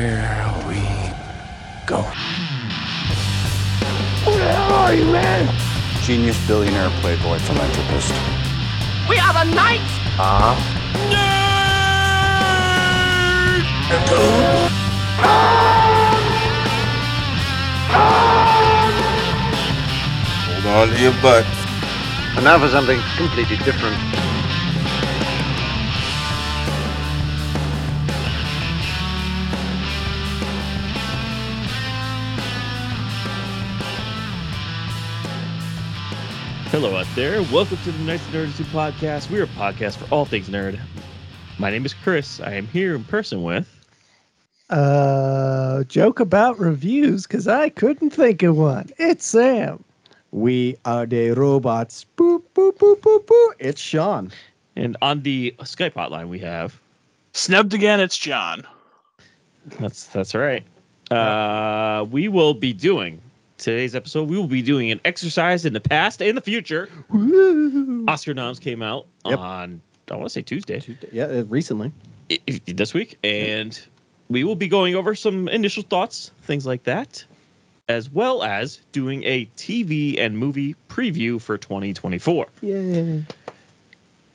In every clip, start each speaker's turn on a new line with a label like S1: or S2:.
S1: Here we go.
S2: Who the hell are you, man?
S3: Genius, billionaire, playboy, philanthropist.
S2: We are the knights.
S1: Ah. Nerd!
S4: Hold on to your butts.
S5: And now for something completely different.
S6: Hello out there. Welcome to the Nice Nerds Do podcast. We're a podcast for all things nerd. My name is Chris. I am here in person with.
S7: Uh, joke about reviews because I couldn't think of one. It's Sam.
S8: We are the robots. Boop, boop, boop, boop, boop. It's Sean.
S6: And on the Skype hotline we have.
S9: Snubbed again, it's John.
S6: That's that's right. Uh, we will be doing today's episode. We will be doing an exercise in the past and the future.
S8: Woo.
S6: Oscar noms came out
S8: Yep.
S6: on I want to say Tuesday.
S8: Yeah, uh, recently.
S6: i- i- this week, and we will be going over some initial thoughts, things like that, as well as doing a TV and movie preview for 2024.
S8: Yay.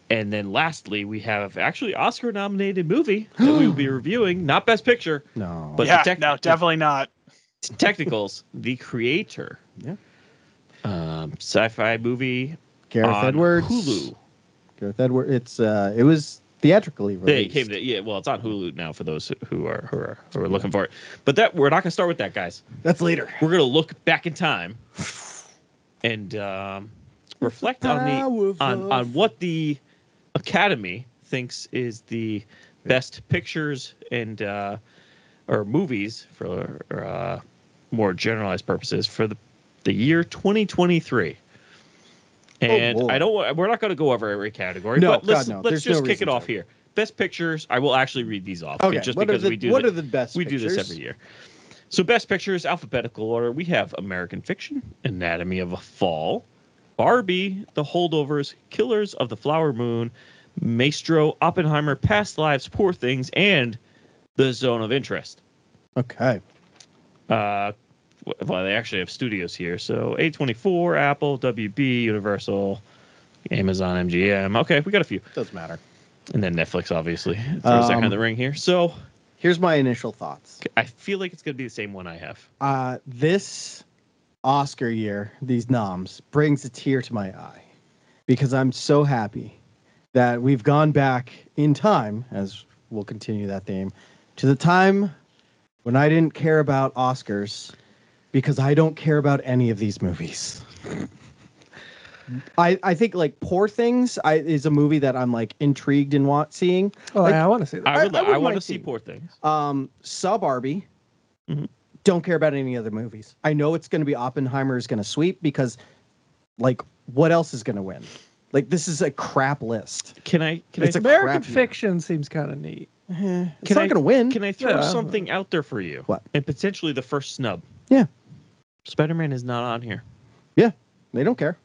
S6: And then lastly, we have actually Oscar nominated movie that we will be reviewing, not best picture,
S8: No.
S6: But- the
S9: yeah,
S6: tech-
S9: no, definitely not.
S6: t- Technicals, The Creator.
S8: Yeah.
S6: Um, sci-fi movie
S8: Gareth
S6: on
S8: Edwards.
S6: Hulu.
S8: Gareth Edwards. It's uh it was theatrically
S6: They
S8: released.
S6: came to yeah. Well, it's on Hulu now for those who are who are, who are looking for it. But that we're not gonna start with that, guys.
S8: That's later.
S6: we're gonna look back in time and um, reflect on the on, on what the Academy thinks is the best pictures and uh, or movies for uh, more generalized purposes for the the year 2023. And
S8: Lord.
S6: I don't. wa- We're not going to go over every category,
S8: Oh, No,
S6: but let's
S8: God, no.
S6: let's
S8: There's no
S6: just kick
S8: reason
S6: it off
S8: to.
S6: here. Best pictures. I will actually read these off,
S8: Okay.
S6: just
S8: what
S6: because
S8: are the,
S6: we do
S8: what
S6: thi-
S8: are the best
S6: we do this
S8: pictures?
S6: every year. So, best pictures, alphabetical order. We have American Fiction, Anatomy of a Fall, Barbie, The Holdovers, Killers of the Flower Moon, Maestro, Oppenheimer, Past Lives, Poor Things, and The Zone of Interest.
S8: Okay.
S6: Uh, w- well, they actually have studios here. So, A24, Apple, WB, Universal, Amazon, MGM. Okay, we got a few.
S8: Doesn't matter.
S6: And then Netflix, obviously, throws their
S8: Um,
S6: hand in the ring here. So,
S8: Here's my initial thoughts.
S6: I feel like it's going to be the same one I have.
S8: Uh this Oscar year, these noms, brings a tear to my eye because I'm so happy that we've gone back in time, as we'll continue that theme, to the time when I didn't care about Oscars because I don't care about any of these movies. I, I think like Poor Things I, is a movie that I'm like intrigued in want seeing.
S7: Oh,
S8: Like-
S7: yeah, I want to see that.
S6: I would.
S8: I
S6: I,
S8: wouldn't
S6: want to
S8: mind
S6: see
S8: seeing-
S6: poor things.
S8: Um, saw Barbie.
S6: Mhm.
S8: Don't care about any other movies. I know it's going to be Oppenheimer is going to sweep because, like, what else is going to win? Like, this is a crap list.
S6: Can I? Can
S8: It's
S6: I?
S8: a
S7: American
S8: crap year.
S7: fiction seems kind of neat.
S8: Eh, it's
S6: Can
S8: not
S6: I-
S8: going to win.
S6: Can I throw
S7: Yeah.
S6: something out there for you?
S8: What?
S6: And potentially the first snub.
S8: Yeah.
S6: Spider Man is not on here.
S8: They don't care.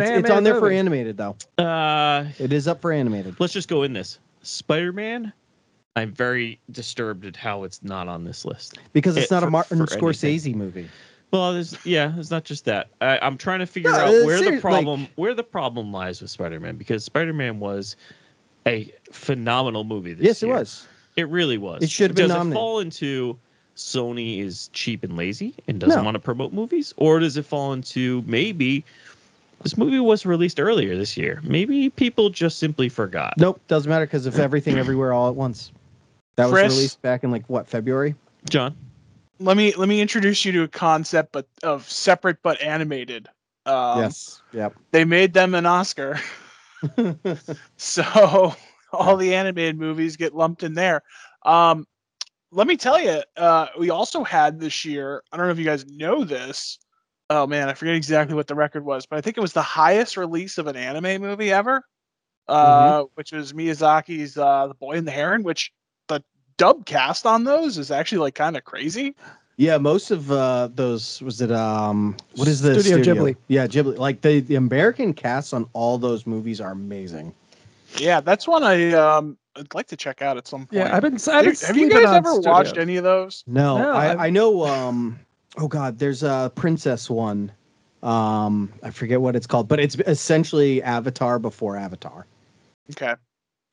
S8: It's, it's
S7: animated
S8: on there for
S7: movie.
S8: animated though.
S6: Uh,
S8: It is up for animated.
S6: let's just go in this Spider Man. I'm very disturbed at how it's not on this list.
S8: because it's
S6: it-
S8: not a
S6: for-
S8: Martin
S6: for
S8: Scorsese movie.
S6: Well, there's yeah, it's not just that. I, I'm trying to figure
S8: No,
S6: out
S8: uh,
S6: where the
S8: serious- like-
S6: problem where the problem lies with Spider Man because Spider Man was a phenomenal movie. This
S8: yes,
S6: year.
S8: it was.
S6: It really was.
S8: It should have been
S6: Does it
S8: nominated.
S6: fall into Sony is cheap and lazy and doesn't
S8: No.
S6: want to promote movies, or does it fall into maybe this movie was released earlier this year? Maybe people just simply forgot.
S8: Nope, doesn't matter because of everything, everywhere, all at once. That
S9: Chris?
S8: was released back in like what February?
S6: John,
S9: Let me let me introduce you to a concept, but of separate but animated. Um,
S8: yes. Yep.
S9: They made them an Oscar, so all the animated movies get lumped in there. Um, let me tell you, uh, we also had this year. I don't know if you guys know this. Oh man, I forget exactly what the record was, but I think it was the highest release of an anime movie ever, uh, which was Miyazaki's uh, "The Boy and the Heron," which the dub cast on those is actually like kind of crazy.
S8: Yeah, most of uh, those was it. Um, what is the
S7: Studio Ghibli.
S8: Yeah, Ghibli. Like the, the American casts on all those movies are amazing.
S9: Yeah, that's one I um I'd like to check out at some point.
S7: Yeah, I've been. I've been
S9: Dude, have you
S7: sleeping
S9: guys
S7: on
S9: ever watched
S7: studios.
S9: any of those?
S8: No,
S7: No, I've-
S8: I, I know. Um, oh God, there's a princess one. Um, I forget what it's called, but it's essentially Avatar before Avatar.
S9: Okay.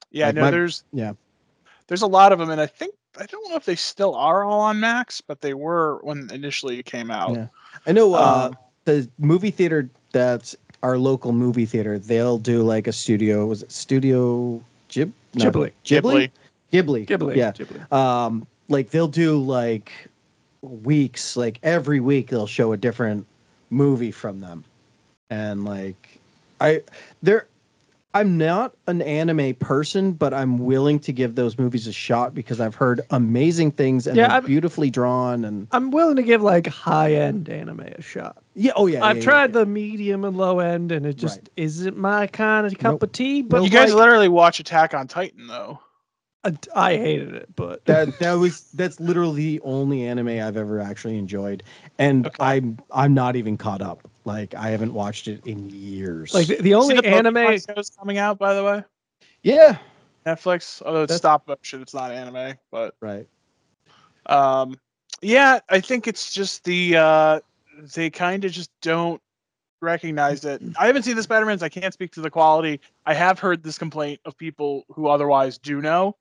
S9: Yeah,
S8: Like
S9: no,
S8: my-
S9: there's
S8: yeah.
S9: there's a lot of them, and I think I don't know if they still are all on Max, but they were when initially it came out.
S8: Yeah. I know uh,
S7: Oh.
S9: Um,
S8: the movie theater that's our local movie theater. They'll do like a studio. Was it Studio Gib? no,
S7: Ghibli.
S8: Ghibli. Ghibli.
S7: Ghibli.
S8: Yeah.
S7: Ghibli.
S8: um like they'll do like weeks like every week they'll show a different movie from them and like i there i'm not an anime person but i'm willing to give those movies a shot because i've heard amazing things and
S7: Yeah,
S8: they're
S7: I've-
S8: beautifully drawn and
S7: I'm willing to give like high end anime a shot.
S8: yeah oh yeah
S7: I've
S8: yeah, yeah,
S7: tried
S8: yeah.
S7: the medium and low end, and it just
S8: Right.
S7: isn't my kind of cup
S8: Nope.
S7: of tea. But
S9: you guys
S7: like,
S9: literally watch Attack on Titan though.
S7: I, I hated it, but
S8: that that was that's literally the only anime I've ever actually enjoyed, and
S9: Okay.
S8: I'm I'm not even caught up. Like I haven't watched it in years.
S7: like the, the
S9: See
S7: only
S9: the Pokemon
S7: anime.
S9: shows coming out, by the way,
S8: yeah,
S9: Netflix. Although it's
S8: That's-
S9: stop motion, it's not anime, but
S8: right.
S9: um, yeah, I think it's just the uh, they kind of just don't recognize it. I haven't seen the Spider Mans. I can't speak to the quality. I have heard this complaint of people who otherwise do know.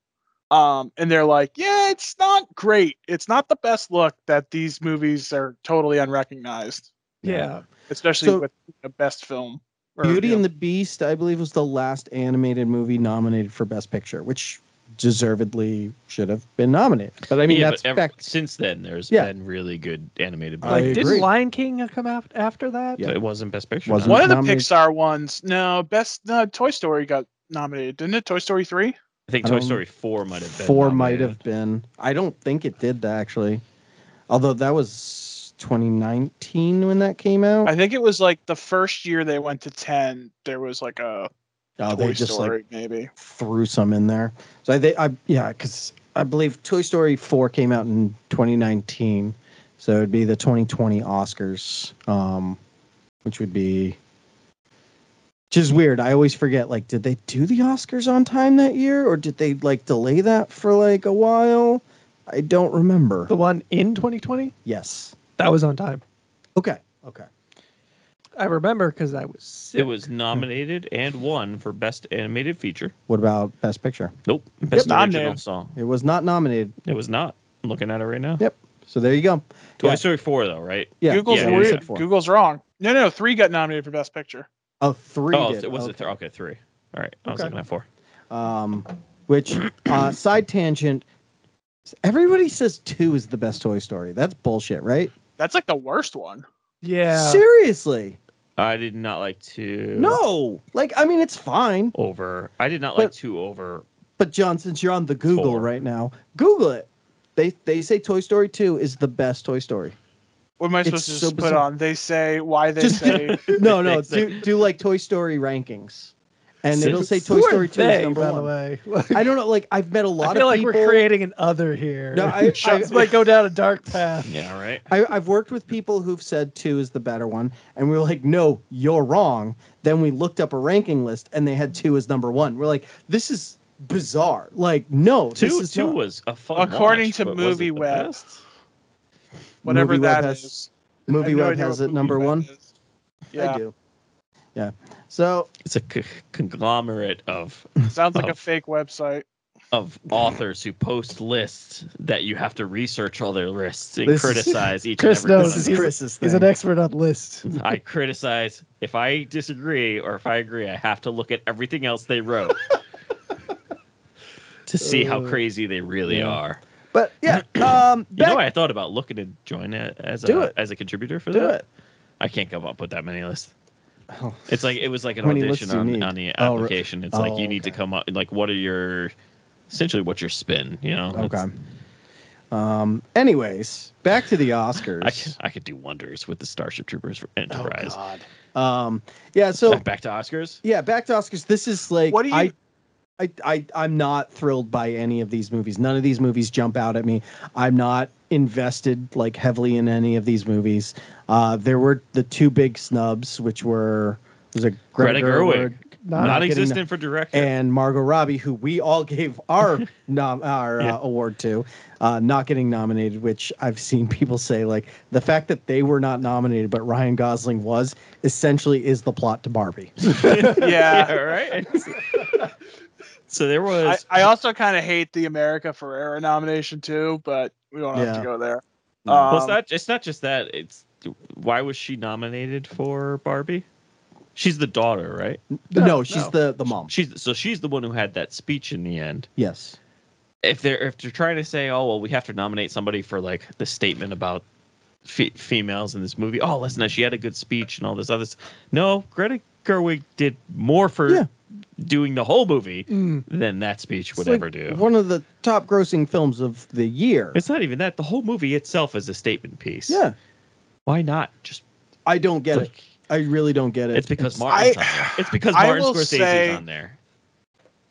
S9: Um, and they're like, yeah, it's not great. It's not the best look that these movies are totally unrecognized,
S7: Yeah,
S9: especially
S8: So-
S9: with the best film. or,
S8: Beauty
S9: you know,
S8: and the Beast, I believe, was the last animated movie nominated for Best Picture, which deservedly should have been nominated. But I mean,
S6: yeah,
S8: that's
S6: but ever-
S8: back.
S6: since then, there's
S8: Yeah.
S6: been really good animated
S8: I
S6: movies.
S7: like
S8: agree.
S7: didn't Lion King come out after that?
S8: Yeah.
S6: It wasn't Best Picture.
S8: Wasn't.
S6: no.
S9: One of the
S8: nominated-
S9: Pixar ones. No, best no, Toy Story got nominated, didn't it? Toy Story three.
S6: I think
S8: I
S6: Toy
S8: don't-
S6: Story 4 might have been.
S8: Four might
S6: nominated.
S8: have been. I don't think it did actually, although that was 2019 when that came out.
S9: I think it was like the first year they went to ten. There was like a
S8: oh,
S9: Toy
S8: they just like
S9: Story maybe.
S8: threw some in there. So I think I yeah, because I believe Toy Story four came out in 2019, so it'd be the 2020 Oscars, um, which would be. Which is weird. I always forget. Like, did they do the Oscars on time that year, or did they like delay that for like a while? I don't remember.
S7: The one in 2020
S8: Yes.
S7: that was on time.
S8: Okay. Okay.
S7: I remember because I was. Sick.
S6: It was nominated and won for Best Animated Feature.
S8: What about Best Picture?
S6: Nope. Best
S9: Not
S6: Original
S9: there.
S6: Song.
S8: It was not nominated.
S6: It was not. I'm looking at it right now.
S8: Yep. So there you go.
S6: Toy
S8: Yeah.
S6: Story 4, though, right?
S8: Yeah.
S9: Google's
S6: yeah, yeah,
S9: weird.
S6: yeah.
S8: Four.
S9: Google's wrong. No, no, three got nominated for best picture.
S8: Oh, three.
S6: oh,
S8: did.
S6: it was
S8: Okay.
S6: it three? Okay, three. All right. I was
S8: Okay.
S6: looking at four.
S8: um, which uh, side tangent everybody says two is the best toy story that's bullshit right
S9: That's like the worst one.
S7: Yeah.
S8: seriously
S6: I did not like two
S8: no like i mean it's fine
S6: over. I did not like
S8: But-
S6: two over.
S8: but john since you're on the google
S6: Four.
S8: right now google it they they say toy story 2 is the best toy story
S9: What am I
S8: It's
S9: supposed to
S8: so
S9: just put
S8: bizarre.
S9: on? They say why they
S8: Just-
S9: say.
S8: no no
S6: They say-
S8: do, do like toy story rankings and
S6: Sid-
S8: it'll say toy
S7: Who are
S8: story 2
S7: they,
S8: is number
S7: by
S8: one
S7: the way.
S8: i don't know like i've met a lot
S7: I feel
S8: of
S7: like
S8: people
S7: we're creating an other here.
S8: no I, I,
S7: This might go down a dark path.
S6: Yeah, right.
S8: I, I've worked with people who've said two is the better one, and we were like, no, you're wrong. Then we looked up a ranking list, and they had two as number one. We're like, this is bizarre. Like, no,
S6: Two,
S8: this is
S6: two
S8: not.
S6: was a fun
S9: According
S6: watch,
S9: to
S6: but was it the
S9: MovieWeb.
S6: best?
S9: Whatever
S8: Movie Web
S9: that is.
S8: has- Movie
S9: I have no
S8: Web
S9: idea
S8: has
S9: what
S8: it number
S9: Movie Web
S8: one.
S9: is. Yeah,
S8: I do. Yeah. So
S6: It's a c- conglomerate of
S9: sounds like
S6: Oh.
S9: a fake website.
S6: of authors who post lists that you have to research all their lists and
S8: This is-
S6: criticize each
S7: Chris
S9: Oh,
S6: and every
S7: knows
S6: one of
S8: this
S7: he's-
S8: is
S6: them.
S8: Chris's thing.
S7: He's an expert on lists.
S6: I criticize if I disagree or if I agree, I have to look at everything else they wrote to see how
S8: Uh,
S6: crazy they really
S8: yeah.
S6: are.
S8: but yeah, um,
S6: You know,
S8: back-
S6: I thought about looking to join it as
S8: Do
S6: a
S8: it.
S6: as a contributor for
S8: do
S6: that.
S8: it.
S6: I can't come up with that many lists.
S8: Oh,
S6: It's like it was like an
S8: How many
S6: audition
S8: lists do you
S6: on,
S8: need?
S6: on the
S8: Oh, re-
S6: application. It's like
S8: oh,
S6: you need to
S8: okay.
S6: come up like what are your essentially what's your spin, you know? It's-
S8: okay. Um. Anyways, back to the Oscars.
S6: I could, I could do wonders with the Starship Troopers for
S8: oh
S6: Enterprise.
S8: God. Um. Yeah. So
S6: back, back to Oscars.
S8: Yeah, back to Oscars. This is like
S9: What do you-
S8: I, I, I, I'm not thrilled by any of these movies. None of these movies jump out at me. I'm not invested like heavily in any of these movies. Uh, there were the two big snubs, which were was it
S6: Greta Gerwig.
S7: Not,
S6: Not
S8: getting
S6: existent for director.
S8: and Margot Robbie, who we all gave our nom- our
S6: Yeah.
S8: uh, award to, uh, not getting nominated. Which I've seen people say, like the fact that they were not nominated, but Ryan Gosling was, essentially is the plot to Barbie.
S9: Yeah.
S6: right. so there
S9: I,
S6: was
S9: I also kind of hate the America Ferrera nomination too, but we don't have
S8: Yeah.
S9: to go there.
S6: well, it's
S9: Um,
S6: not it's not just that. It's why was she nominated for Barbie? She's the daughter, right?
S8: No,
S7: No,
S8: she's
S7: no.
S8: the the mom.
S6: She's so she's the one who had that speech in the end.
S8: Yes.
S6: If they're if they're trying to say, oh well, we have to nominate somebody for like the statement about fe- females in this movie. Oh, listen, she had a good speech and all this other. s- No, Greta Gerwig did more for
S8: Yeah.
S6: doing the whole movie
S7: Mm.
S6: than that speech would
S8: It's like
S6: ever do.
S8: One of the top grossing films of the year.
S6: It's not even that. The whole movie itself is a statement piece.
S8: yeah.
S6: Why not? Just
S8: I don't get it.
S6: like,
S8: I really don't get it.
S6: it's because
S9: I-
S6: Martin's on there. It's because
S9: I
S6: Martin
S9: will
S6: Scorsese's
S9: say-
S6: on there.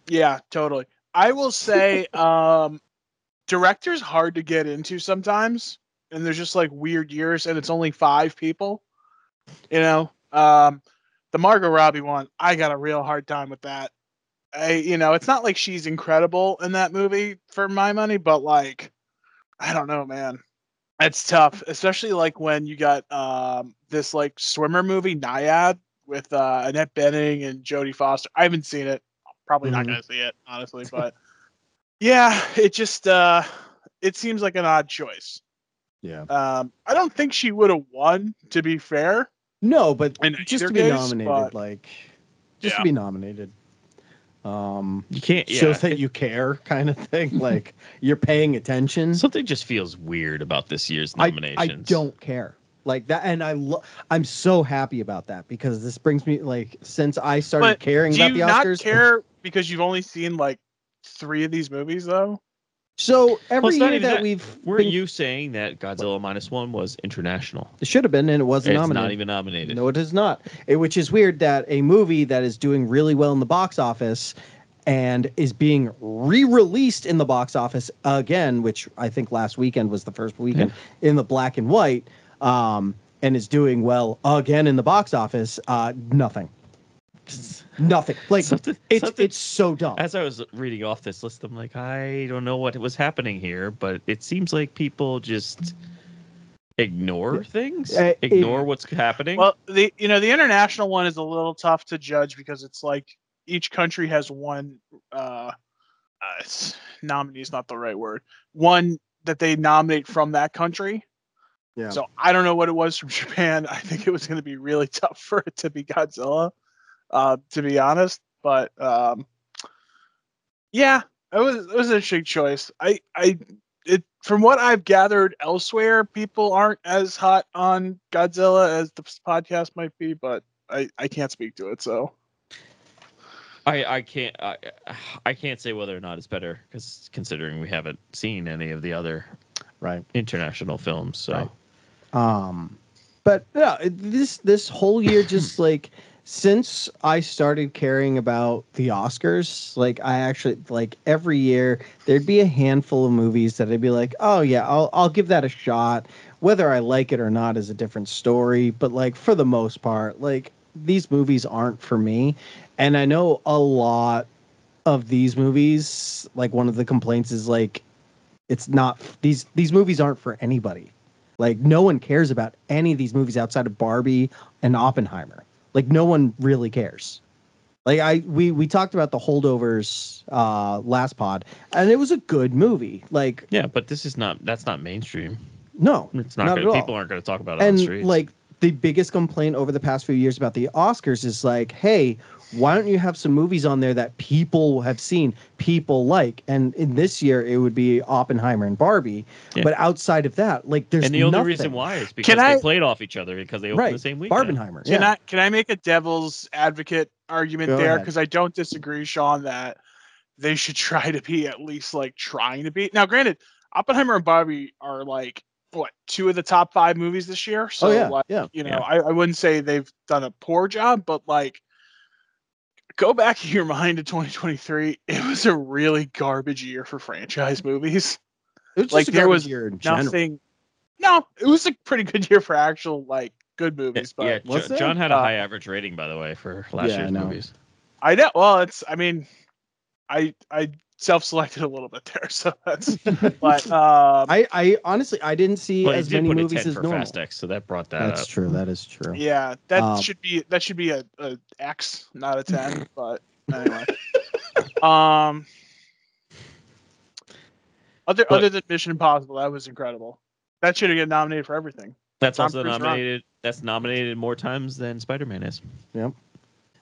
S9: Yeah, totally. I will say, um, directors hard to get into sometimes, and there's just like weird years, and it's only five people. You know, um, the Margot Robbie one, I got a real hard time with that. I, you know, it's not like she's incredible in that movie for my money, but like, I don't know, man. It's tough, especially like when you got um, this like swimmer movie, Naiad, with uh, Annette Benning and Jodie Foster. I haven't seen it probably not
S6: Mhm.
S9: going to see it honestly but yeah it just uh it seems like an odd choice
S8: yeah.
S9: um i don't think she would have won to be fair
S8: No, but
S9: In
S8: just
S9: either
S8: to be
S9: case,
S8: nominated,
S9: but-
S8: like just
S9: Yeah.
S8: to be nominated. Um
S6: You can't. Yeah.
S8: shows that you care kind of thing. like you're paying attention.
S6: Something just feels weird about this year's
S8: I-
S6: nominations.
S8: I don't care. Like that and I lo- I'm so happy about that because this brings me like since I started
S9: But
S8: caring
S9: do
S8: about
S9: you
S8: the
S9: not
S8: Oscars.
S9: care because you've only seen like three of these movies though
S8: So every
S6: it's not
S8: year
S6: even
S8: that,
S6: that.
S8: we've
S6: Were
S8: been-
S6: you saying that Godzilla minus one was international?
S8: it should have been and it
S6: It's
S8: wasn't
S6: not
S8: nominated.
S6: even nominated.
S8: No, it is not. It, which is weird that a movie that is doing really well in the box office and is being re-released in the box office again, which I think last weekend was the first weekend in the black and white, um, and is doing well again in the box office. Uh, nothing, nothing. Like
S6: Something-
S8: it's
S6: something-
S8: it's so dumb.
S6: As I was reading off this list, I'm like, I don't know what was happening here, but it seems like people just ignore things,
S8: Uh, it-
S6: ignore what's happening.
S9: well the you know the international one is a little tough to judge because it's like each country has one uh, uh it's, nominee is not the right word one that they nominate from that country
S8: Yeah.
S9: So I don't know what it was from Japan. I think it was going to be really tough for it to be Godzilla, uh, to be honest. But um, yeah, it was it was an interesting choice. I I it from what I've gathered elsewhere, people aren't as hot on Godzilla as the podcast might be, but I I can't speak to it. So
S6: I, I can't I, I can't say whether or not it's better because considering we haven't seen any of the other
S8: right.
S6: international films. So
S8: Right. Um, but yeah, it- this this whole year, just like since I started caring about the Oscars, like I actually like every year there'd be a handful of movies that I'd be like, oh yeah, I'll I'll give that a shot. Whether I like it or not is a different story. But like for the most part, like these movies aren't for me, and I know a lot of these movies. Like one of the complaints is like it's not these these movies aren't for anybody. Like no one cares about any of these movies outside of Barbie and Oppenheimer. Like no one really cares. Like I we we talked about the holdovers uh last pod and it was a good movie. Like
S6: yeah, but this is not that's not mainstream.
S8: no,
S6: It's not,
S8: Not
S6: gonna,
S8: at all.
S6: people aren't going to talk about it on
S8: and
S6: the streets.
S8: like the biggest complaint over the past few years about the Oscars is like, hey, why don't you have some movies on there that people have seen, people like? And in this year, it would be Oppenheimer and Barbie.
S6: Yeah.
S8: But outside of that, like, there's
S6: and the only
S8: nothing.
S6: reason why is because
S9: I-
S6: they played off each other because they opened
S8: right,
S6: the same weekend.
S8: Barbenheimer.
S9: Can
S8: yeah.
S9: I can I make a devil's advocate argument
S8: Go
S9: there?
S8: ahead.
S9: Because I don't disagree, Sean, that they should try to be at least like trying to be. Now, granted, Oppenheimer and Barbie are like what two of the top five movies this year. So
S8: oh yeah,
S9: like
S8: yeah.
S9: you know,
S6: Yeah.
S9: I, I wouldn't say they've done a poor job, but like go back in your mind to 2023. It was a really garbage year for franchise movies.
S8: It was
S9: Like,
S8: just a
S9: there
S8: garbage
S9: was
S8: year in general.
S9: Nothing. No, it was a pretty good year for actual like good
S6: Yeah,
S9: movies, but
S6: yeah,
S8: was
S6: Jo-
S8: it?
S6: John had a
S9: Uh,
S6: high average rating by the way for last
S8: Yeah, I
S6: year's
S8: know.
S6: movies.
S9: I know. Well, it's. I mean, I I self-selected a little bit there, so that's. But um,
S8: I, I honestly I didn't see
S6: But
S8: as
S6: it did
S8: many
S6: put a
S8: movies
S6: ten
S8: as
S6: for
S8: normal.
S6: Fast X, uh, so that brought that
S8: That's
S6: up.
S8: true. That is true.
S9: yeah, that
S8: Um,
S9: should be that should be a, a X, not a ten. but anyway. um. Other
S6: But-
S9: other than Mission Impossible, that was incredible. That should have got nominated for everything.
S6: That's
S9: Tom
S6: also
S9: Cruise rock.
S6: nominated. That's nominated more times than Spider-Man is.
S8: Yep.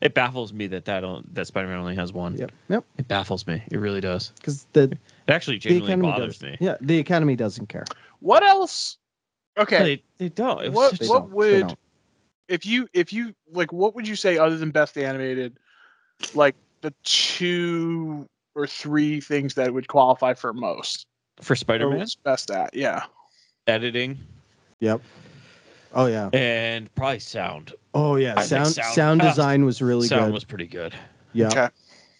S6: It baffles me that that on- that Spider-Man only has one.
S8: Yep. Yep.
S6: It baffles me. It really does.
S8: Because the
S6: It actually
S8: the
S6: genuinely
S8: academy
S6: bothers
S8: does,
S6: me.
S8: Yeah, the academy doesn't care.
S9: What else? Okay,
S6: They, they don't. It was
S9: What-
S6: such
S8: They
S6: a-
S9: what
S8: don't.
S9: would-
S8: They don't.
S9: if you if you like what would you say other than best animated like the two or three things that would qualify for most
S6: for
S9: Or
S6: Spider-Man
S9: what's best at yeah
S8: Oh.
S6: editing
S8: Yep. Oh yeah.
S6: and probably sound.
S8: Oh yeah.
S6: I think
S8: Sound
S6: sound-
S8: sound,
S6: ah,
S8: design was really
S6: sound
S8: good.
S6: was pretty good.
S8: yeah.
S9: okay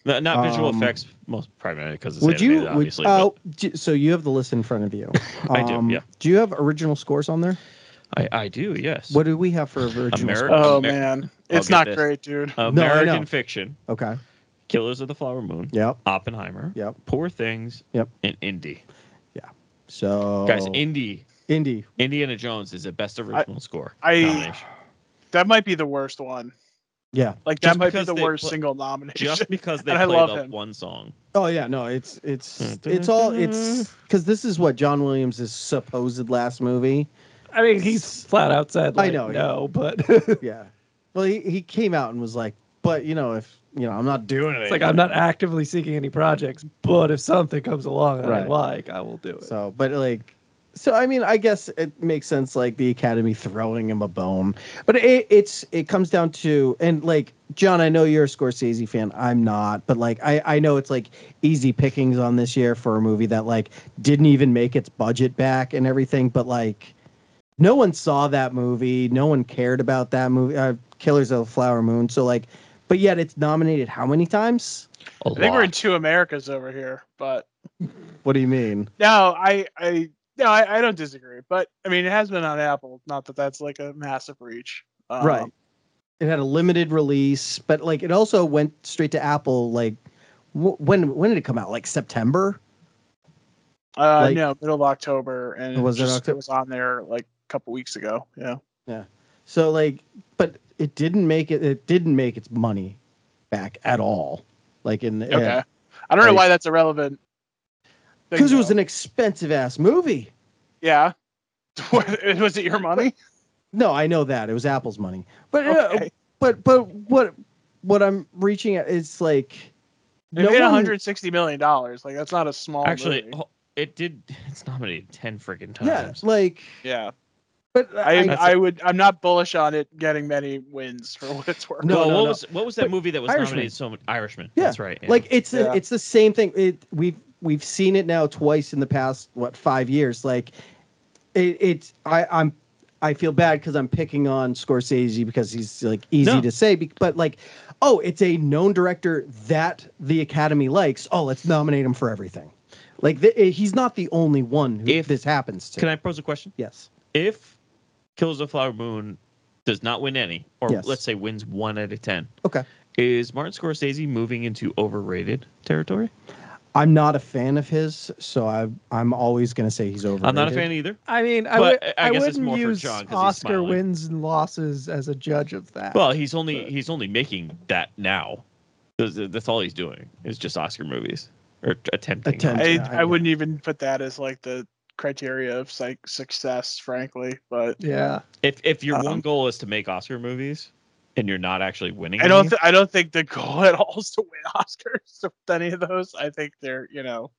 S6: Not, not visual
S8: Um,
S6: effects, most primarily because it's
S8: Would you?
S6: animated, obviously.
S8: Would, uh, d- so you have the list in front of you. Um,
S6: I do, yeah.
S8: Do you have original scores on there?
S6: but I, I do. Yes.
S8: What do we have for original
S6: Ameri-
S8: scores?
S9: oh
S6: Amer-
S9: man it's
S6: get
S9: not
S6: this.
S9: great dude
S8: No, I
S6: Uh, American
S8: know.
S6: fiction,
S8: Okay.
S6: Killers of the Flower Moon,
S8: Yep.
S6: Oppenheimer,
S8: Yep.
S6: Poor Things,
S8: Yep. Oh.
S6: and Indy.
S8: So
S6: Guys, Indy,
S8: indie.
S6: Indiana Jones is a best original score.
S9: I-
S6: nomination.
S9: that might be the worst one
S8: Yeah.
S9: like
S6: Just
S9: that might be
S6: because
S9: the
S6: they
S9: worst
S6: pla-
S9: single nomination
S6: just because they
S9: And I
S6: played
S9: love
S6: up
S9: him.
S6: one song.
S8: Oh yeah. No. It's it's
S6: Dun,
S8: it's
S6: dun,
S8: all
S6: dun.
S8: it's because this is what John Williams' supposed last movie.
S7: I mean, he's flat outside.
S8: I
S7: Like, I
S8: know,
S7: know.
S8: yeah.
S7: No, but
S8: Yeah. Well, he, he came out and was like, but you know, if you know, I'm not doing it.
S7: it's like I'm not actively seeking any projects. But if something comes along that I
S8: Right.
S7: like, I will do it.
S8: So, but like, so I mean, I guess it makes sense, like the Academy throwing him a bone. But it, it's it comes down to and like John, I know you're a Scorsese fan. I'm not, but like I I know it's like easy pickings on this year for a movie that like didn't even make its budget back and everything. But like, no one saw that movie. No one cared about that movie. Uh, Killers of the Flower Moon. So like, but yet it's nominated how many times?
S6: A
S9: i think we're in
S6: lot.
S9: two americas over here but
S8: What do you mean?
S9: no i i no I, I don't disagree but i mean it has been on apple not that that's like a massive reach um,
S8: right it had a limited release but like it also went straight to apple like wh- when when did it come out like september
S9: Uh,
S8: Like-
S9: no, middle of October, and it
S8: Was it
S9: just-
S8: October?
S9: was on there like a couple weeks ago. Yeah,
S8: so like but it didn't make it it didn't make its money back at all like in
S9: okay. I don't know
S8: Like-
S9: why that's irrelevant. thing,
S8: because it was
S9: though.
S8: an expensive ass movie
S9: yeah. What- was it your money?
S8: no i know that it was apple's money but uh,
S9: Okay.
S8: but but what what i'm reaching at is like
S9: It
S8: no
S9: made
S8: one-
S9: 160 million dollars. Like that's not a small.
S6: Actually,
S9: movie.
S6: oh, it did. It's nominated ten freaking
S8: yeah
S6: times.
S8: like
S9: yeah.
S8: but
S9: I
S8: I,
S6: That's
S9: I would. I'm not bullish on it getting many wins for what it's worth.
S8: No,
S6: well,
S8: no,
S6: what
S8: no.
S6: was what was that
S8: Wait,
S6: movie that was
S8: Irishman.
S6: nominated so much? Irishman.
S8: Yeah,
S6: That's right. yeah.
S8: Like it's the
S9: Yeah.
S8: it's the same thing. It we've we've seen it now twice in the past what five years. Like it it's I I'm I feel bad because I'm picking on Scorsese because he's like easy
S6: No.
S8: to say, bec- but like oh, it's a known director that the Academy likes. Oh, let's nominate him for everything. Like th- he's not the only one who
S6: If-
S8: this happens to.
S6: can I pose a question?
S8: Yes.
S6: If Kills the Flower Moon does not win any, or
S8: Yes.
S6: let's say wins one out of ten,
S8: Okay.
S6: is Martin Scorsese moving into overrated territory?
S8: I'm not a fan of his, so I I'm always gonna say he's overrated.
S6: I'm not a fan either.
S7: I mean, I,
S6: But
S7: would,
S6: I- I
S7: I,
S6: guess it's
S7: wouldn't
S6: more for
S7: use
S6: John 'cause he's
S7: Oscar
S6: smiling.
S7: wins and losses as a judge of that.
S6: Well, he's only he's only making that now. That's that's all he's doing is just Oscar movies or t- attempting.
S8: Attempt.
S9: I
S8: Yeah, I
S9: I wouldn't even put that as like the criteria of like success, frankly. But
S7: yeah.
S6: If if your one
S9: Um,
S6: goal is to make Oscar movies and you're not actually winning,
S9: I don't.
S6: any,
S9: Th- I don't think the goal at all is to win Oscars with any of those. I think they're, you know,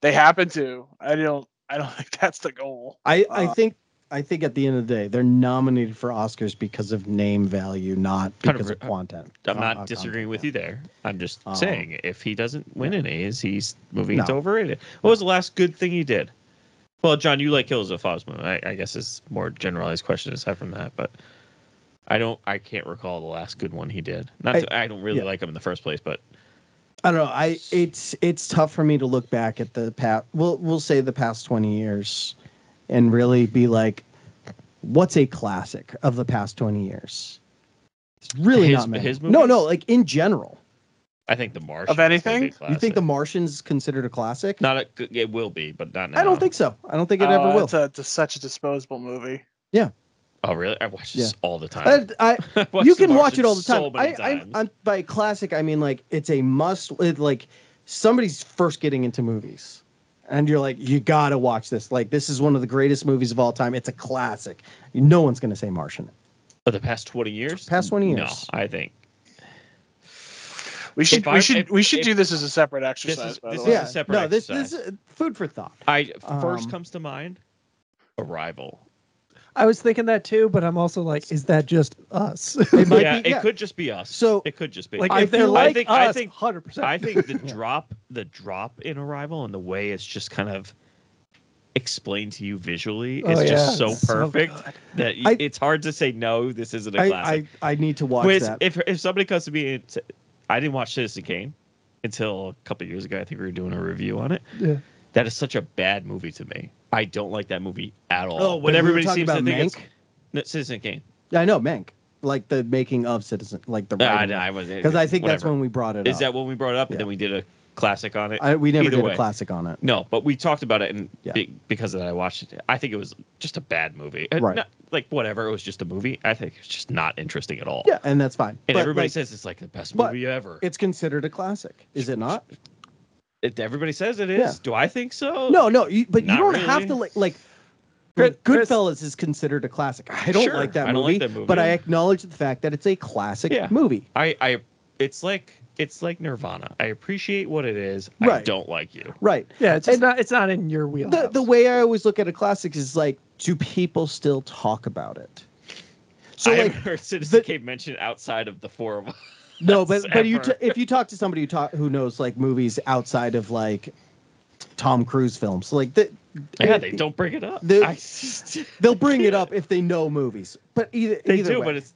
S9: they happen to. I don't. I don't think that's the goal.
S8: I, I
S9: Uh,
S8: think I think at the end of the day, they're nominated for Oscars because of name value, not
S6: Hundred
S8: because of
S6: per-
S8: content. Uh,
S6: I'm not disagreeing with you there. I'm just
S8: Um,
S6: saying if he doesn't win any, is he's moving
S8: No.
S6: into overrated. What was the last good thing he did? Well, John, you like Kills of Fosmo. I, I guess it's more generalized question aside from that, but I don't. I can't recall the last good one he did. Not.
S8: I-
S6: to- I, don't really
S8: yeah.
S6: like him in the first place, but
S8: I don't know. I it's it's tough for me to look back at the past. We'll we'll say the past twenty years, and really be like, what's a classic of the past twenty years? It's really
S6: His-
S8: not many.
S6: his
S8: no, no.
S6: movies?
S8: Like in general,
S6: I think The Martian.
S9: anything?
S8: You think The Martian's considered a classic?
S6: not a, it will be, but not now.
S8: I don't think so. I don't think it
S9: Oh,
S6: Uh,
S8: ever will.
S9: It's, a, it's such a disposable movie.
S6: Oh really? I watch this all the time.
S8: I, I,
S6: I watch
S8: Uh, you
S6: The
S8: can watch
S6: Martian
S8: it all the time.
S6: so
S8: I,
S6: many
S8: I,
S6: times.
S8: I'm, by classic, I mean like it's a must. It, like somebody's first getting into movies, and you're like, you gotta watch this. Like this is one of the greatest movies of all time. It's a classic. No one's gonna say Martian.
S6: Of the past twenty years.
S8: Past 20
S6: No,
S8: years.
S6: I think
S9: We should
S6: I-
S9: we should
S6: if-
S9: we should
S6: if-
S9: do this as a separate
S6: is-
S9: exercise. by
S6: this
S9: the
S6: is
S9: way.
S6: a
S8: yeah,
S6: separate
S8: no, this
S6: exercise.
S8: this is uh, food for thought.
S6: I first
S8: Um,
S6: comes to mind. Arrival.
S7: I was thinking that too, but I'm also like, is that just us?
S8: It might
S6: yeah,
S8: be-
S6: it
S8: yeah.
S6: could just be us.
S8: So,
S6: it could just be.
S7: like
S8: I
S7: if they're
S8: feel-
S6: I
S7: like
S6: think- I
S7: us,
S6: think-
S7: hundred percent.
S6: I think the drop, the drop in Arrival, and the way it's just kind of explained to you visually
S7: Oh,
S6: is just
S7: yeah,
S6: so
S7: it's so
S6: perfect that y
S8: I-
S6: it's hard to say no. This isn't a classic.
S8: I, I I need to watch
S6: Whereas
S8: that.
S6: if if somebody comes to me, and t- I didn't watch Citizen Kane until a couple years ago. I think we were doing a review on it.
S7: Yeah.
S6: That is such a bad movie to me. I don't like that movie at all.
S8: Oh,
S6: but
S8: when we were
S6: everybody
S8: talking
S6: seems to
S8: about
S6: think it's
S8: Mank?
S6: no, Citizen Kane.
S8: Yeah, I know Mank, like the making of Citizen, like the
S6: Uh, I,
S8: because
S6: I was
S8: I, think that's
S6: whatever.
S8: when we brought it
S6: Is
S8: up.
S6: that when we brought it up,
S8: Yeah.
S6: and then we did a classic on it.
S8: I, we never
S6: either
S8: did
S6: way.
S8: a classic on it.
S6: No, but we talked about it, and
S8: Yeah.
S6: be, because of that, I watched it. I think it was just a bad movie. Uh,
S8: Right.
S6: not- like whatever, it was just a movie. I think it's just not interesting at all.
S8: Yeah, and that's fine.
S6: And
S8: But,
S6: everybody
S8: like,
S6: says it's like the best
S8: but
S6: movie ever.
S8: it's considered a classic, is it not?
S6: It- everybody says it is.
S8: Yeah.
S6: Do I think so?
S8: No, no, you, but you
S6: Not
S8: don't have
S6: really.
S8: to like like.
S7: Chris-
S8: like, Goodfellas is considered a classic. I don't
S6: Sure,
S8: like that
S6: I don't
S8: movie,
S6: like that movie.
S8: but I acknowledge the fact that it's a classic
S6: Yeah.
S8: movie.
S6: I, I, it's like it's like Nirvana. I appreciate what it is. I
S8: Right.
S6: don't like you.
S8: Right.
S7: Yeah, it's just
S8: And-
S7: not. It's not in your wheelhouse.
S8: The the way I always look at a classic is like, do people still talk about it? So
S6: I
S8: like,
S6: haven't heard Citizen
S8: the-
S6: Kane mentioned outside of the four of us.
S8: No, but but you t-
S6: ever.
S8: if you talk to somebody who talk who knows like movies outside of like Tom Cruise films, like the,
S6: Yeah, they don't bring it up.
S8: The-
S6: I just-
S8: they'll bring it up if they know movies. But either
S6: they
S8: either
S6: do,
S8: way,
S6: but it's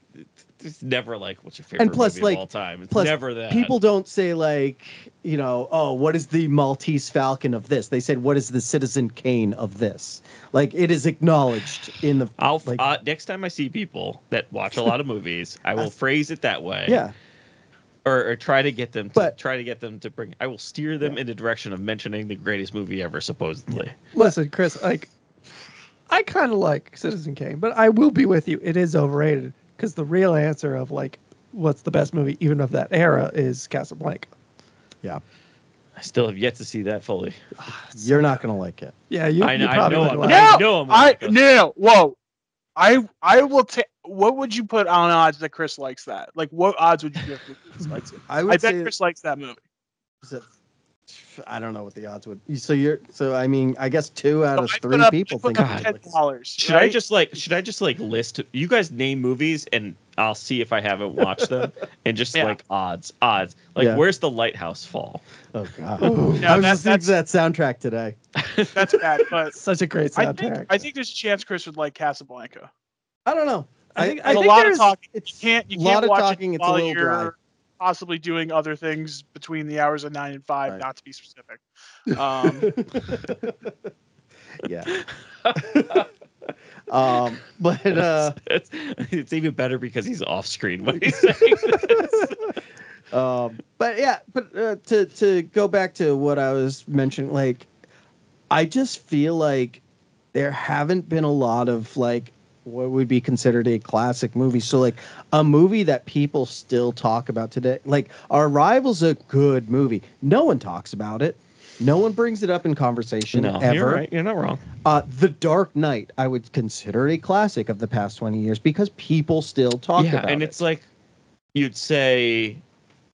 S6: it's never like what's your favorite
S8: plus,
S6: movie
S8: like-
S6: of all time. It's
S8: plus,
S6: never that.
S8: people don't say like you know oh what is the Maltese Falcon of this? They said what is the Citizen Kane of this? Like it is acknowledged in the
S6: I'll
S8: like-
S6: uh, next time I see people that watch a lot of movies, I will phrase it that way.
S8: yeah
S6: Or, or try to get them to
S8: But-
S6: try to get them to bring. I will steer them in the direction of mentioning the greatest movie ever, supposedly.
S7: Listen, Chris, like I kind of like Citizen Kane, but I will be with you. It is overrated because the real answer of like what's the best movie, even of that era, is Casablanca.
S8: yeah.
S6: I still have yet to see that fully.
S8: You're not gonna like it.
S7: Yeah, you.
S6: I,
S7: you
S6: know, I
S7: probably
S6: know.
S7: wouldn't
S6: I'm,
S7: like
S6: I
S7: it.
S9: No!
S6: know. I'm
S9: I
S6: gonna-
S9: no whoa, I I will take. What would you put on odds that Chris likes that? Like what odds would you give that Chris likes it?
S8: I would
S9: I
S8: say
S9: bet Chris likes that movie.
S8: I don't know what the odds would. So you're so I mean I guess two out
S9: So
S8: of
S9: I put
S8: three
S9: up-
S8: people
S9: I put
S8: think
S9: up
S8: it
S9: ten
S8: looks-
S9: dollars.
S6: Should I just like? Should I just like list? You guys name movies, and I'll see if I haven't watched them, and just
S9: Yeah.
S6: like odds, odds. Like,
S8: Yeah.
S6: where's the lighthouse fall?
S8: Oh god.
S9: No,
S8: I was
S9: that's-
S8: listening to that soundtrack today.
S9: that's bad, but
S7: Such a great
S9: I
S7: soundtrack.
S9: think I think there's a chance Chris would like Casablanca.
S8: I don't know.
S7: I think-
S9: There's a
S7: I
S9: lot
S7: there's-
S9: of talking. You
S8: it's
S9: can't you
S8: lot
S9: can't
S8: of
S9: watch
S8: talking,
S9: it
S8: it's a
S9: while
S8: little
S9: you're
S8: dry.
S9: possibly doing other things between the hours of nine and five.
S8: Right.
S9: Not to be specific. Um,
S8: yeah. um, but uh,
S6: it's, it's even better because he's off screen when he's saying
S8: um, but yeah, but uh, to to go back to what I was mentioning, like I just feel like there haven't been a lot of like what would be considered a classic movie. So like a movie that people still talk about today, like Arrival's a good movie. No one talks about it. No one brings it up in conversation ever.
S6: You're right. You're not wrong.
S8: Uh, the Dark Knight, I would consider a classic of the past 20 years because people still talk
S6: yeah,
S8: about
S6: and
S8: it.
S6: it's like you'd say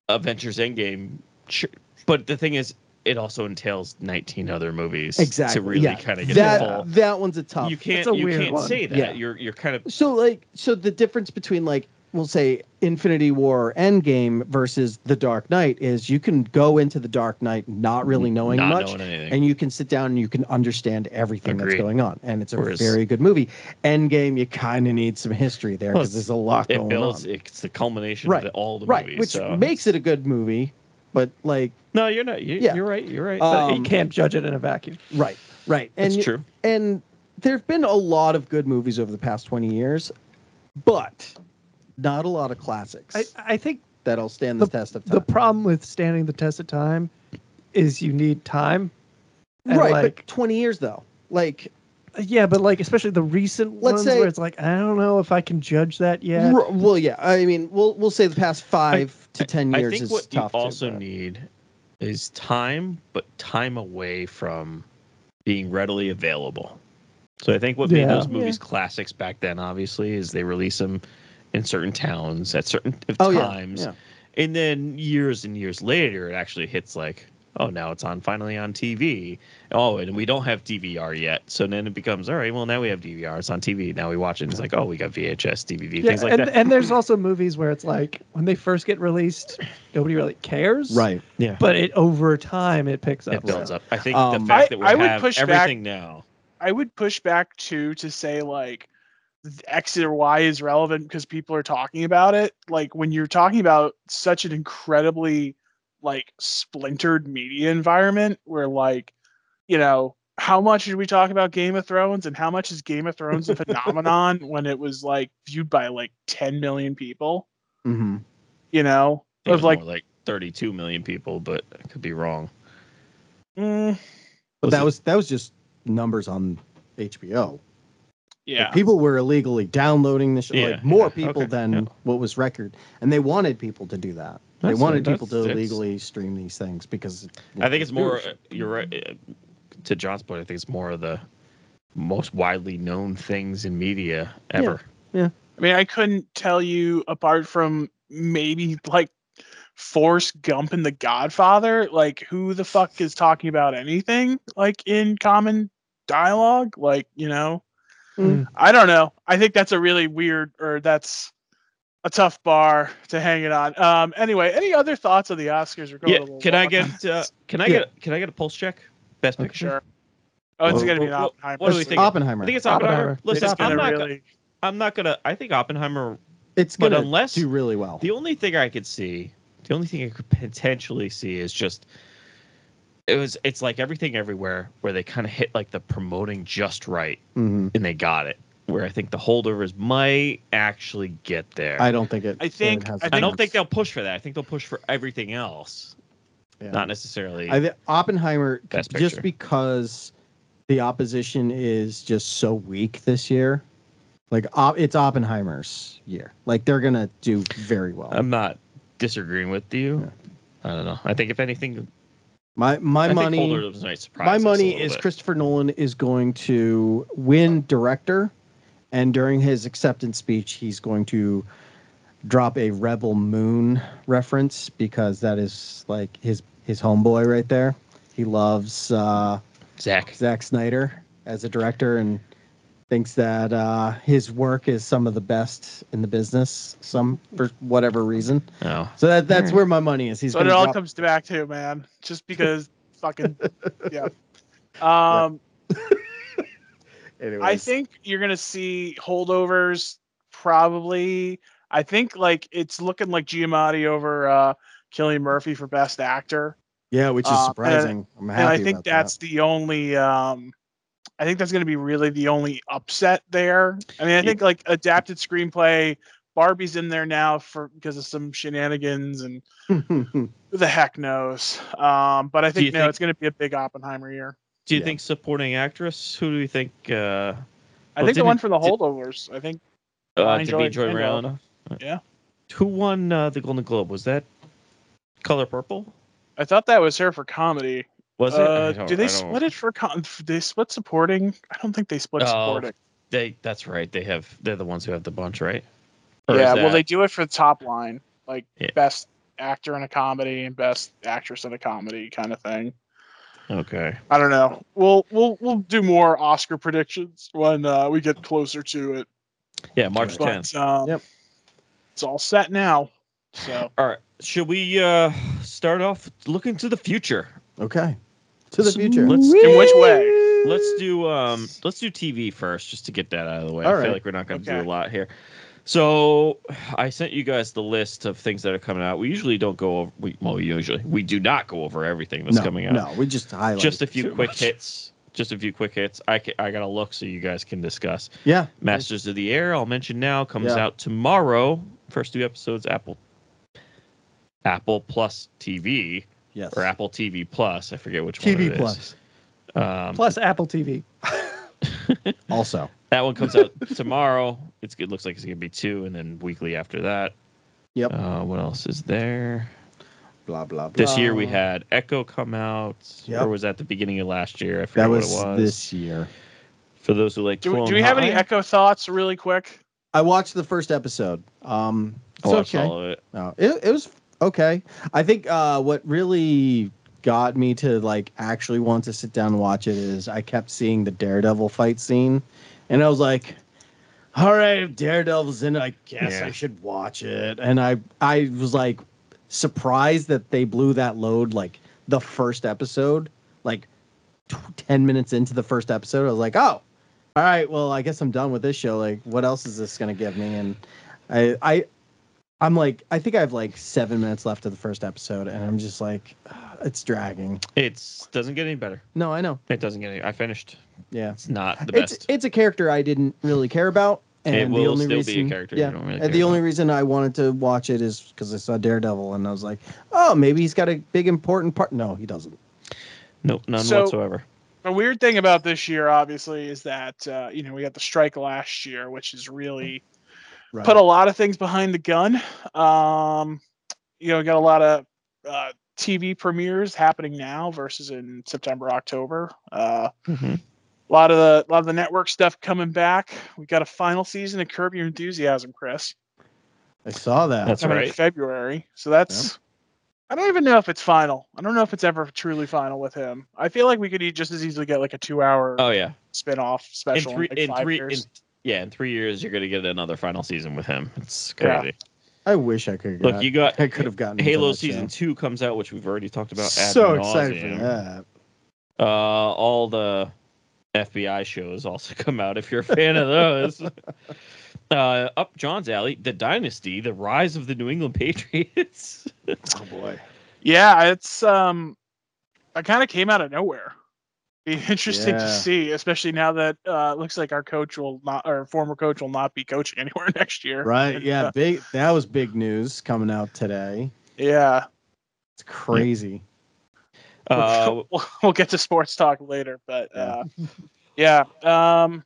S6: Avengers Endgame, sure, but the thing is, it also entails 19 other movies
S8: exactly
S6: to really
S8: yeah.
S6: kind of get
S8: that,
S6: the full.
S8: That one's a tough.
S6: You can't.
S7: a
S6: You
S7: weird
S6: can't
S7: one.
S6: say that.
S8: Yeah.
S6: You're. You're kind of.
S8: So like, so the difference between like, we'll say Infinity War or Endgame versus The Dark Knight is you can go into The Dark Knight not really knowing
S6: not
S8: much,
S6: knowing anything.
S8: and you can sit down and you can understand everything
S6: Agreed.
S8: that's going on, and it's a
S6: Whereas-
S8: very good movie. Endgame, you kind of need some history there
S6: Well,
S8: because there's a lot
S6: It
S8: going
S6: builds.
S8: on.
S6: It's the culmination
S8: Right,
S6: of the, all the
S8: right,
S6: movies.
S8: which
S6: so.
S8: makes it a good movie, but like,
S6: no, you're not. You're,
S8: Yeah.
S6: you're right. You're right.
S8: Uh,
S7: But you
S8: um,
S7: can't judge it in a vacuum.
S8: right, right, and
S6: That's true.
S8: and there have been a lot of good movies over the past 20 years, but not a lot of classics.
S7: I, I think
S8: that'll stand the, test of time.
S7: The problem with standing the test of time is you need time. And
S8: right,
S7: like-
S8: but 20 years though. Like
S7: Yeah, but like especially the recent
S8: Let's
S7: ones
S8: say-
S7: where it's like I don't know if I can judge that yet.
S8: r- well, yeah. I mean, we'll we'll say the past 5 to 10
S6: I
S8: years
S6: think
S8: is
S6: what you
S8: tough. too,
S6: also
S8: but-
S6: need is time, but time away from being readily available. So I think what made
S7: Yeah.
S6: those movies classics back then, obviously, is they release them in certain towns at certain
S8: Oh, yeah,
S6: times,
S8: yeah.
S6: and then years and years later, it actually hits like, oh, now it's on finally on TV. Oh, and we don't have DVR yet, so then it becomes all right. Well, now we have DVR. It's on TV. Now we watch it. And it's like, oh, we got VHS, DVD,
S7: Yeah,
S6: things like
S7: and,
S6: that.
S7: and there's also movies where it's like when they first get released, nobody really cares.
S8: Right.
S6: yeah,
S7: But it over time it picks up.
S6: it builds
S7: so-
S6: up. I think
S8: Um,
S6: the fact
S9: I-
S6: that we
S9: I would
S6: have
S9: push back-
S6: everything now.
S9: I would push back too to say like th- X or Y is relevant because people are talking about it. Like when you're talking about such an incredibly like splintered media environment where like, you know, how much did we talk about Game of Thrones and how much is Game of Thrones a phenomenon when it was like viewed by like 10 million people,
S8: hmm
S9: you know?
S6: I think
S9: Of like,
S6: more like 32 million people, but I could be wrong.
S9: mm,
S8: But
S6: Was
S8: that
S6: it-
S8: was that was just numbers on HBO. Like,
S9: yeah.
S8: people were illegally downloading this,
S6: Yeah,
S8: like more
S6: yeah,
S8: people
S6: okay,
S8: than
S6: yeah.
S8: what was record, and they wanted people to do that.
S6: That's-
S8: they wanted
S6: that's-
S8: people to
S6: that's-
S8: illegally stream these things because
S6: I think it's more. uh, You're right. uh, To John's point, I think it's more of the most widely known things in media ever.
S9: I mean, I couldn't tell you apart from maybe like Forrest Gump and The Godfather, like who the fuck is talking about anything like in common dialogue? Like, you know,
S6: Mm-hmm.
S7: Mm.
S9: I don't know. I think that's a really weird or that's a tough bar to hang it on. Um, anyway, any other thoughts on the Oscars? We're going
S6: Yeah.
S9: a little
S6: Can I
S9: long.
S6: get? Uh, can I
S7: Yeah.
S6: get? Can I get a pulse check? Best
S7: Okay.
S6: picture.
S9: sure? Oh, it's
S6: Well,
S9: gonna be an
S6: well,
S9: Oppenheimer.
S6: what do we
S9: this
S6: think?
S9: week.
S8: Oppenheimer.
S6: I think it's Oppenheimer.
S7: Oppenheimer.
S9: It's
S6: Listen,
S7: It's
S6: I'm
S9: gonna
S6: not. Gonna,
S9: really.
S6: I'm not gonna. I think Oppenheimer.
S8: it's
S6: but
S8: gonna
S6: unless-
S8: do really well.
S6: The only thing I could see. The only thing I could potentially see is just. It was. It's like everything everywhere where they kind of hit like the promoting just right,
S8: Mhm.
S6: and they got it. Where I think the holdovers might actually get there.
S8: I don't think it.
S9: I think-
S8: it has
S9: I
S8: a
S6: I don't
S8: chance.
S6: think they'll push for that. I think they'll push for everything else,
S8: Yeah.
S6: not necessarily.
S8: I think Oppenheimer
S6: Best
S8: just
S6: picture.
S8: because the opposition is just so weak this year. Like op- it's Oppenheimer's year. Like they're gonna do very well.
S6: I'm not disagreeing with you. I don't know. I think if anything,
S8: my my
S6: I
S8: money.
S6: think older might surprise.
S8: My
S6: us a
S8: money
S6: little
S8: is
S6: bit.
S8: Christopher Nolan is going to win director, and during his acceptance speech, he's going to drop a Rebel Moon reference because that is like his his homeboy right there. He loves uh,
S6: Zach.
S8: Zack Snyder as a director and thinks that uh, his work is some of the best in the business. Some for whatever reason.
S6: Oh,
S8: So that that's where my money is. He's
S9: Hmm. But
S8: going
S9: it
S8: to
S9: all
S8: drop
S9: comes back to man. Just because fucking yeah. Um I
S8: Anyways.
S9: think you're gonna see holdovers probably. I think like it's looking like Giamatti over uh Killian Murphy for best actor.
S8: Yeah, which
S9: uh,
S8: is
S9: and-
S8: surprising. I'm happy
S9: And I
S8: about
S9: think
S8: that.
S9: that's the only um I think that's gonna be really the only upset there. I mean I think like adapted screenplay, Barbie's in there now for because of some shenanigans and who the heck knows. Um, but I
S6: Do you
S9: think no,
S6: think-
S9: it's going to be a big Oppenheimer year.
S6: do you
S8: Yeah.
S6: think supporting actress? Who do you think? Uh,
S9: I
S6: Well,
S9: think the
S6: didn't-
S9: one for the
S6: did-
S9: holdovers. I think
S6: uh
S9: Mine,
S6: to
S9: Joy
S6: be Joy
S9: Randolph.
S6: Randolph.
S9: Yeah.
S6: Who won uh, the Golden Globe? Was that Color Purple?
S9: I thought that was her for comedy.
S6: Was
S9: Uh,
S6: it? I don't- I
S9: do they
S6: don't-
S9: split it for? Com- f- they split supporting. I don't think they split
S6: Oh,
S9: supporting.
S6: They. That's right. They have. They're the ones who have the bunch, right? Or is
S9: Yeah, well,
S6: that-
S9: they do it for the top line, like
S6: Yeah.
S9: best actor in a comedy and best actress in a comedy kind of thing.
S6: Okay.
S9: I don't know. We'll we'll we'll do more Oscar predictions when uh, we get closer to it.
S6: Yeah, March tenth.
S9: But um,
S8: Yep.
S9: it's all set now. So
S6: All right. Should we uh start off looking to the future?
S8: Okay. To the future.
S6: Let's
S9: in which way?
S6: let's do um let's do TV first just to get that out of the way.
S8: All
S6: I feel
S8: right.
S6: like we're not going to
S9: Okay.
S6: do a lot here. So I sent you guys the list of things that are coming out. We usually don't go over. We, well, we usually we do not go over everything that's
S8: no,
S6: coming out.
S8: No, we just highlight.
S6: just a few
S8: too
S6: quick
S8: much.
S6: hits. Just a few quick hits. I ca- I got to look so you guys can discuss.
S8: Yeah.
S6: Masters of the Air, I'll mention now, comes
S8: Yeah.
S6: out tomorrow. First two episodes, Apple Apple Plus TV
S8: Yes.
S6: or Apple TV Plus. I forget which one.
S8: TV
S6: it is.
S8: Plus.
S6: Um,
S7: Plus Apple TV.
S8: Also,
S6: That one comes out tomorrow. It's good. Looks like it's gonna be two, and then weekly after that.
S8: Yep.
S6: Uh, what else is there?
S8: blah blah blah.
S6: This year we had Echo come out,
S8: Uh, Yep.
S6: or was that the beginning of last year? I forget
S8: that was,
S6: what it was.
S8: this year.
S6: For those who like,
S9: Do, we-
S6: Clone
S9: do we have any
S6: High,
S9: echo thoughts really quick?
S8: I watched the first episode. Um,
S6: Oh, I
S8: it's
S6: watched
S8: okay.
S6: all of it.
S8: No, Oh, it, it was okay. I think uh, what really got me to like actually want to sit down and watch it is I kept seeing the Daredevil fight scene, and I was like, "All right, if Daredevil's in it, I guess
S6: Yeah.
S8: I should watch it." And I I was like surprised that they blew that load like the first episode, like tw- ten minutes into the first episode. I was like, "Oh, all right, well, I guess I'm done with this show. Like, what else is this gonna give me?" And I I I'm like, I think I have like seven minutes left of the first episode, and I'm just like, "Ah, it's dragging.
S6: It's doesn't get any better.
S8: No, I know.
S6: It doesn't get any. I finished.
S8: Yeah,
S6: It's not the
S8: it's
S6: best.
S8: it's a character I didn't really care about, and
S6: It
S8: the
S6: will
S8: only
S6: still be a
S8: reason,
S6: character you
S8: yeah,
S6: don't really
S8: and
S6: care
S8: the only
S6: about.
S8: reason I wanted to watch it is because I saw Daredevil, and I was like, oh, maybe he's got a big important part. No, he doesn't.
S6: nope, none
S9: So-
S6: whatsoever.
S9: A weird thing about this year, obviously, is that uh, you know we got the strike last year, which is really
S8: Right.
S9: put a lot of things behind the gun. Um, you know, got a lot of uh, TV premieres happening now versus in September, October. Uh,
S8: Mm-hmm.
S6: Mhm.
S9: a lot of the lot of the network stuff coming back. We got a final season of Curb Your Enthusiasm, Chris,
S8: I saw that.
S6: That's
S9: coming in
S6: right.
S9: February. So that's I don't even know if it's final. I don't know if it's ever truly final with him. I feel like we could e- just as easily get like a two-hour
S6: Oh yeah.
S9: spin-off
S6: In
S9: special.
S6: three,
S9: like
S6: in
S9: five
S6: three,
S9: years.
S6: in, yeah, in three years you're gonna get another final season with him. It's
S9: Yeah.
S6: crazy.
S8: I wish I could.
S6: Look, you got
S8: I could have gotten into
S6: Halo
S8: that show.
S6: season two comes out, which we've already talked about. ad
S8: So excited
S6: nauseam.
S8: for that.
S6: Uh, all the FBI shows also come out if you're a fan of those. Uh, up John's alley, the dynasty, the rise of the New England Patriots.
S8: Oh boy.
S9: Yeah, it's um, I kind of came out of nowhere. Be interesting
S8: Yeah.
S9: to see, especially now that uh, it looks like our coach will not, our former coach will not be coaching anywhere next year.
S8: Right.
S9: And,
S8: Yeah.
S9: uh,
S8: Big. That was big news coming out today.
S9: yeah.
S8: It's crazy.
S6: Uh,
S9: we'll, we'll get to sports talk later, but uh, yeah. Um,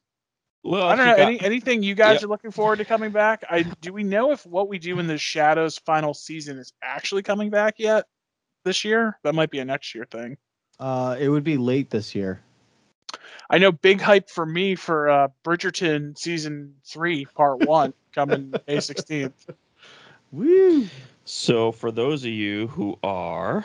S6: well,
S9: I don't know any, anything you guys
S6: Yep.
S9: are looking forward to coming back. I do we know if what we do in the Shadows final season is actually coming back yet this year? That might be a next year thing.
S8: Uh, it would be late this year.
S9: I know big hype for me for uh, Bridgerton season three, part one, coming May 16th.
S8: Woo!
S6: So, for those of you who are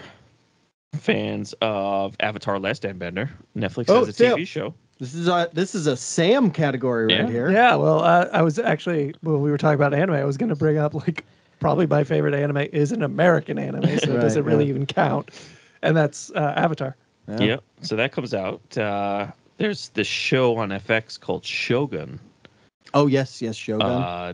S6: fans of Avatar: Last Airbender, Netflix
S8: Oh,
S6: has a
S8: Sam.
S6: TV show.
S8: This is a this is a Sam category right
S6: Yeah.
S8: here.
S7: Yeah, well, uh, I was actually when we were talking about anime, I was going to bring up like probably my favorite anime is an American anime, so
S8: Right,
S7: does it really
S8: yeah.
S7: even count? And that's uh, Avatar.
S8: Yeah.
S6: Yep. So that comes out. Uh, there's this show on FX called Shogun.
S8: Oh yes, yes, Shogun.
S6: Uh,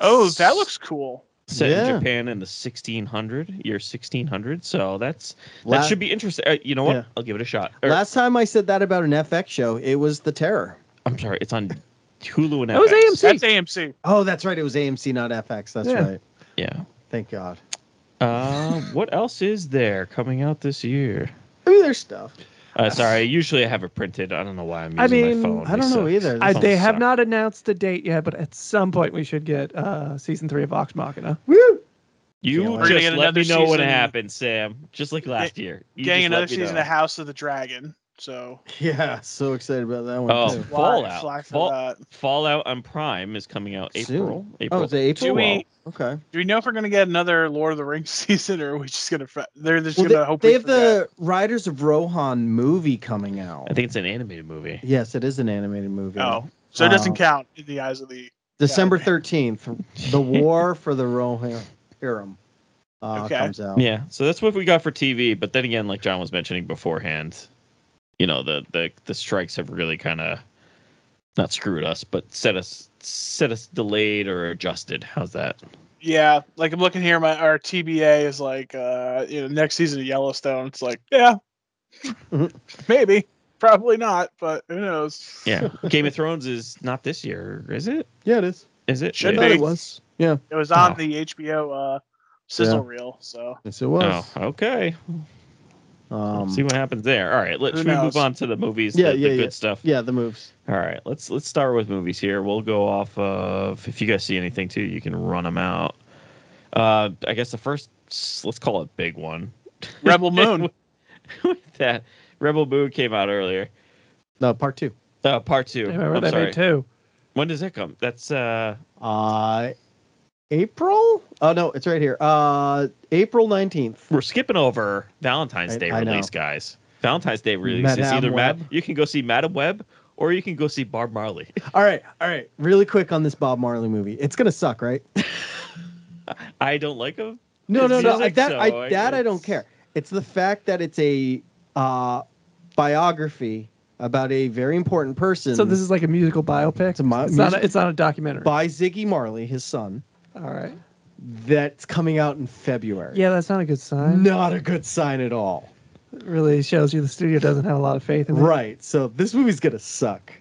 S9: Oh, that looks cool.
S6: set
S8: Yeah.
S6: in Japan in the 1600 year 1600. So that's
S8: La-
S6: that should be interesting. Uh, you know what?
S8: Yeah.
S6: I'll give it a shot. Or,
S8: Last time I said that about an FX show, it was The Terror.
S6: I'm sorry, it's on Hulu and
S7: That was
S6: FX.
S7: AMC.
S9: That's AMC.
S8: Oh, that's right. It was AMC, not FX. That's
S7: Yeah.
S8: right.
S6: Yeah.
S8: Thank God.
S6: Uh, what else is there coming out this year?
S8: I mean, there's stuff.
S6: Uh, sorry, usually I have it printed. I don't know why I'm using
S7: I mean,
S6: my phone.
S8: I don't
S6: They
S8: know
S6: suck.
S8: either.
S7: I,
S6: Phone
S7: they have
S6: suck.
S7: not announced a date yet, but at some point we should get uh, season three of Vox Machina.
S8: Woo!
S6: You
S8: Can't wait. We're
S9: gonna
S6: just
S9: get
S6: let
S9: another
S6: me know when it
S9: season-
S6: happens, Sam. Just like last year. You
S9: Getting
S6: just let
S9: another
S6: me
S9: season
S6: know.
S9: of House of the Dragon. So
S8: Yeah, so excited about that one.
S6: Oh,
S8: too.
S6: Fallout.
S9: Flag for
S6: Fall-
S9: that.
S6: Fallout on Prime is coming out
S8: Soon.
S6: April. April.
S8: oh, it's April.
S9: Do we
S8: Okay.
S9: do we know if we're gonna get another Lord of the Rings season, or are we just gonna fr- they're just
S8: Well,
S9: gonna
S8: they,
S9: hope
S8: they
S9: we
S8: have
S9: forget?
S8: the Riders of Rohan movie coming out.
S6: I think it's an animated movie.
S8: Yes, it is an animated movie.
S9: Oh, so it doesn't
S8: Uh,
S9: count in the eyes of the.
S8: December thirteenth, the War for the Rohan Harem uh,
S9: Okay.
S8: comes out.
S6: Yeah, so that's what we got for TV. But then again, like John was mentioning beforehand, you know the the the strikes have really kind of not screwed us, but set us set us delayed or adjusted. How's that?
S9: Yeah, like I'm looking here, my our TBA is like uh you know next season of Yellowstone. It's like yeah, maybe, probably not, but who knows?
S6: Yeah, Game of Thrones is not this year, is it?
S8: Yeah, it is.
S6: Is it?
S9: Should
S8: I thought
S9: be.
S8: it was. Yeah.
S9: It was on
S6: Oh.
S9: the HBO uh, sizzle reel. So
S8: Yes, it was.
S6: oh, okay.
S8: Um,
S6: See what happens there. All right, let's
S9: who
S6: should we
S9: knows?
S6: move on to the movies.
S8: Yeah,
S6: the,
S8: yeah,
S6: the good stuff.
S8: yeah, the moves.
S6: All right, let's let's start with movies here. We'll go off of if you guys see anything too, you can run them out. Uh, I guess the first, let's call it big one.
S9: Rebel Moon.
S6: With that Rebel Moon came out earlier.
S8: No, part two.
S6: Uh, part two.
S7: I remember
S6: I'm
S7: they
S6: sorry.
S7: made two.
S6: When does that come? That's uh,
S8: Uh, April? Oh no, it's right here. Uh, April nineteenth.
S6: we're skipping over Valentine's
S8: I-
S6: Day
S8: I know.
S6: release, guys. Valentine's Day release is
S8: Madame
S6: either Mad.
S8: Web.
S6: You can go see Madam Web, or you can go see Bob Marley.
S8: All right, all right. Really quick on this Bob Marley movie. It's gonna suck, right?
S6: I don't like him.
S8: No,
S6: It's
S8: no, no.
S6: music,
S8: That
S6: so
S8: I
S6: I
S8: that I
S6: guess-
S8: don't care. It's the fact that it's a uh, biography about a very important person.
S7: So this is like a musical biopic.
S8: It's a mi-
S7: it's, not a,
S8: music-
S7: it's not a documentary.
S8: by Ziggy Marley, his son.
S7: All right.
S8: That's coming out in February.
S7: Yeah, that's not a good sign.
S8: Not a good sign at all.
S7: It really shows you the studio doesn't have a lot of faith in it.
S8: Right. So this movie's gonna suck.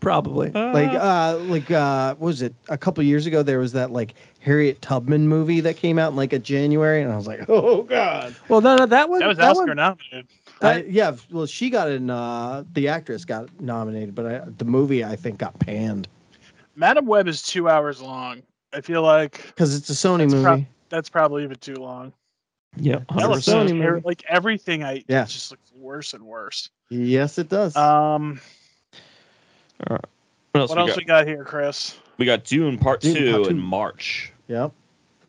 S7: Probably.
S9: Ah.
S8: like uh like uh what was it a couple years ago there was that like harriet tubman movie that came out in like a january and i was like oh god
S7: Well, no, no, that one.
S9: that was
S7: one-
S9: Oscar nominated.
S8: I, yeah well she got in uh the actress got nominated but I, the movie i think got panned
S9: Madam Web is two hours long. I feel like
S8: because it's a sony
S9: That's
S8: movie
S9: prob- that's probably even too long.
S6: yeah,
S9: That looks
S6: 100%.
S8: Sony
S9: so ter-
S8: movie.
S9: like everything. I
S8: Yeah.
S9: it just looks worse and worse.
S8: yes it does
S9: Um,
S6: What else,
S9: what
S6: we,
S9: else
S6: got?
S9: we got here, Chris?
S6: we got Dune Part
S8: Dune,
S6: Two
S8: Part Two.
S6: in March.
S8: yep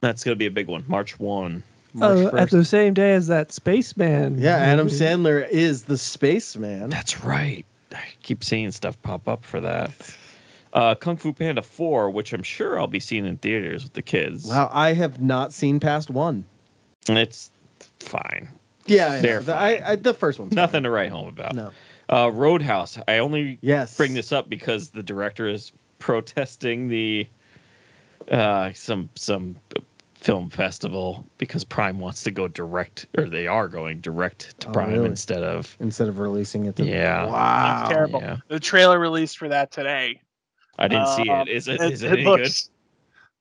S6: That's gonna be a big one. March one.
S8: March
S7: Uh, at
S8: 1st.
S7: the same day as that spaceman.
S8: yeah adam
S7: movie.
S8: sandler is the spaceman
S6: That's right. I keep seeing stuff pop up for that. Uh, Kung Fu Panda Four, which I'm sure I'll be seeing in theaters with the kids.
S8: wow i have not seen past one
S6: it's fine.
S8: yeah I know.
S6: They're
S8: The- I, I the first one's
S6: Nothing to write home about.
S8: fine. no
S6: Uh, Roadhouse. I only
S8: yes
S6: bring this up because the director is protesting the uh some some film festival because Prime wants to go direct or they are going direct to
S8: Oh,
S6: Prime
S8: really?
S6: instead of
S8: instead of releasing it to
S6: Yeah.
S8: wow
S9: Looks terrible.
S6: yeah.
S9: The trailer released for that today.
S6: I didn't see it.
S9: Um,
S6: Is
S8: Uh,
S6: it, is it, any
S9: good?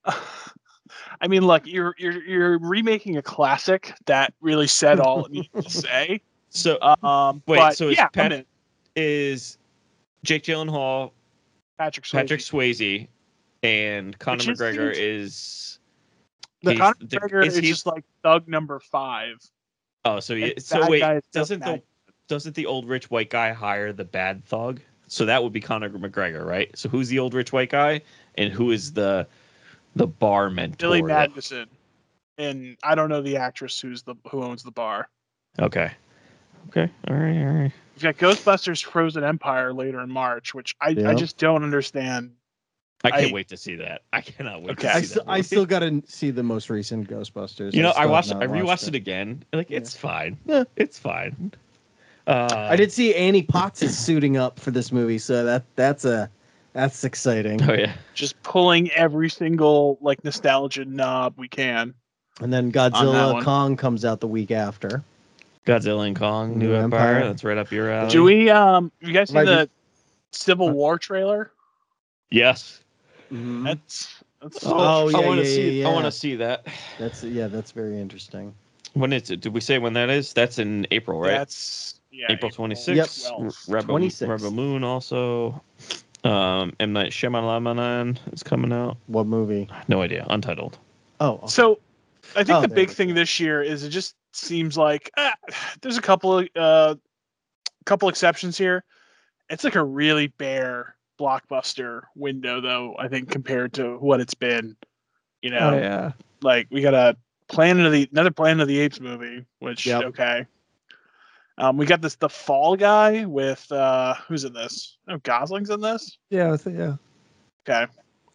S9: I mean, look, you're you're you're remaking a classic that really said all it needed to say.
S6: good? So
S9: Um,
S6: Wait,
S9: but
S6: so it's
S9: yeah, I'm
S6: Pat-
S9: in.
S6: is Jake Gyllenhaal,
S9: Patrick Swayze.
S6: Patrick Swayze, and Conor
S9: Which is
S6: McGregor
S9: huge.
S6: is
S9: the
S6: he's
S9: Conor
S6: the-
S9: McGregor
S6: is
S9: is,
S6: he-
S9: just like thug number five.
S6: oh so he,
S9: And
S6: so
S9: that
S6: wait
S9: guy is just
S6: doesn't the
S9: mad.
S6: doesn't the old rich white guy hire the bad thug? So that would be Conor McGregor, right? So who's the old rich white guy, and who is the the bar mentor?
S9: Billy
S6: that-
S9: Madison, and I don't know the actress who's the who owns the bar.
S6: Okay. Okay. All right. All right.
S9: We've got Ghostbusters: Frozen Empire later in March, which I,
S8: Yeah.
S9: I just don't understand.
S6: I can't
S9: I-
S6: wait to see that. I cannot wait
S9: Okay.
S6: to
S8: I,
S6: see
S8: still,
S6: that.
S8: I
S6: movie.
S8: still got to see the most recent Ghostbusters.
S6: you know, I
S8: still
S6: watched.
S8: have
S6: I
S8: not
S6: rewatched
S8: watched
S6: it again. Like it's fine.
S8: Yeah.
S6: It's fine. Uh,
S8: I did see Annie Potts is suiting up for this movie, so that that's a that's exciting.
S6: Oh yeah.
S9: Just pulling every single like nostalgia knob we can.
S8: And then
S9: that
S8: Godzilla
S9: one.
S8: Kong comes out the week after.
S6: Godzilla and Kong, New,
S8: New
S6: Empire.
S8: Empire.
S6: That's right up your alley.
S9: Do we? Um, you guys see
S8: Might be-
S9: the Civil War trailer?
S6: Yes.
S9: That's that's so.
S8: Oh,
S6: I
S8: yeah,
S6: want to
S8: yeah,
S6: see.
S8: yeah,
S6: I
S8: yeah.
S6: want to see that.
S8: That's yeah, that's very interesting.
S6: When is it? Did we say when that is? That's in April, right?
S9: That's yeah,
S6: April 26th.
S9: 12th.
S6: Rebel,
S8: 26th.
S6: Rebel Moon also. Um, M Night Shyamalan is coming out.
S8: What movie?
S6: No idea. Untitled.
S8: Oh, okay.
S9: So, I think
S8: Oh,
S9: the
S8: there
S9: big
S8: we
S9: thing this year is it just seems like ah, there's a couple of uh, couple exceptions here. It's like a really bare blockbuster window, though. I think compared to what it's been, you know,
S7: Oh, yeah.
S9: like we got a Planet of the another Planet of the Apes movie, which
S8: Yep.
S9: okay. Um, we got this the Fall Guy with uh, who's in this? Oh, Gosling's in this.
S7: Yeah. it's- yeah.
S9: Okay,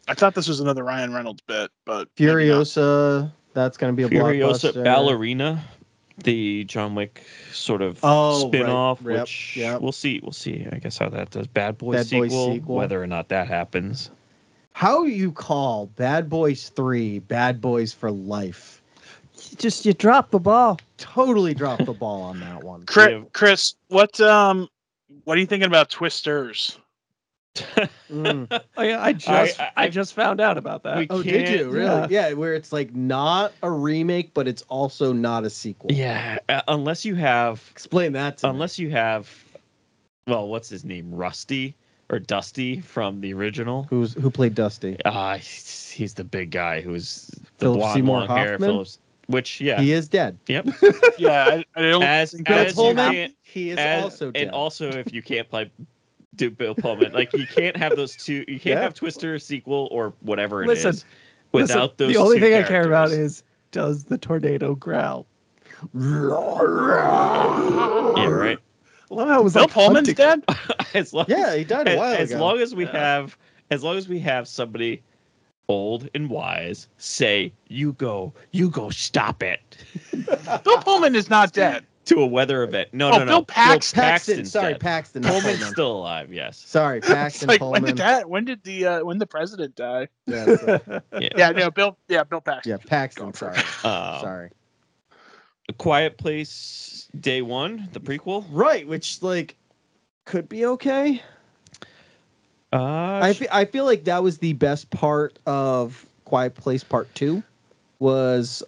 S9: I thought this was another Ryan Reynolds bit, but maybe not.
S8: Furiosa. That's gonna be a
S6: Furiosa
S8: blockbuster.
S6: Ballerina, the John Wick sort of
S8: Oh, right.
S6: spin-off,
S8: Yep,
S6: which
S8: yep.
S6: we'll see. We'll see. I guess how that does. Bad Boys
S8: Bad Boys
S6: sequel,
S8: sequel.
S6: Whether or not that happens.
S8: How you call Bad Boys Three Bad Boys for Life?
S7: Just you drop the ball.
S8: Totally dropped the ball on that one.
S9: Chris,
S6: Yeah.
S9: Chris, what um, what are you thinking about Twisters?
S8: Mm.
S7: Oh yeah, I just I,
S6: I- I-
S7: just found out about that.
S6: We-
S8: Oh, did
S6: Can't-
S8: you really?
S7: yeah.
S8: Yeah. where it's like not a remake, but it's also not a sequel.
S6: yeah, uh, unless you have,
S8: Explain that to me.
S6: unless you have, well, what's his name, Rusty or Dusty from the original.
S8: Who's who played Dusty?
S6: Uh, he's he's the big guy who's the
S8: Philip
S6: blonde,
S8: Seymour
S6: long hair,
S8: Hoffman?
S6: Phillips. Which yeah,
S8: He is dead.
S9: yeah, I, I don't.
S6: as
S9: think
S8: Bill
S9: That's
S6: as you
S8: Pullman.
S6: can't,
S8: he is
S6: as,
S8: also dead.
S6: and also if you can't play do Bill Pullman, like you can't have those two. You can't
S8: Yeah.
S6: have Twister sequel or whatever it is
S7: Listen, Listen,
S6: without those.
S7: the only
S6: two
S7: thing I care about
S6: characters.
S7: is does the tornado growl?
S6: yeah, right.
S7: I love how it was
S9: Bill
S7: like
S9: Pullman's
S7: hunting-
S9: dead.
S6: as long
S8: yeah,
S6: as,
S8: he died a
S6: as-
S8: while
S6: as
S8: ago.
S6: long as we have as long as we have somebody old and wise say you go you go stop it
S9: Bill Pullman is not dead.
S6: to a weather event. No,
S9: Oh,
S6: no, no.
S9: Bill Paxton.
S8: Paxton,
S6: Paxton's
S8: sorry,
S6: dead.
S8: Paxton. not
S6: Pullman's
S8: Pullman.
S6: still alive. Yes.
S8: Sorry,
S9: It's
S8: Paxton
S9: like
S8: Pullman.
S9: when did that? When did the uh, when the president die?
S8: Yeah, that's right.
S9: Yeah, no, Bill. Yeah, Bill Paxton.
S8: yeah, Paxton. Sorry,
S6: Uh,
S8: sorry.
S6: A Quiet Place Day One, the prequel.
S8: Right, which like could be okay.
S6: Uh,
S8: I fe- I feel like that was the best part of Quiet Place Part Two, was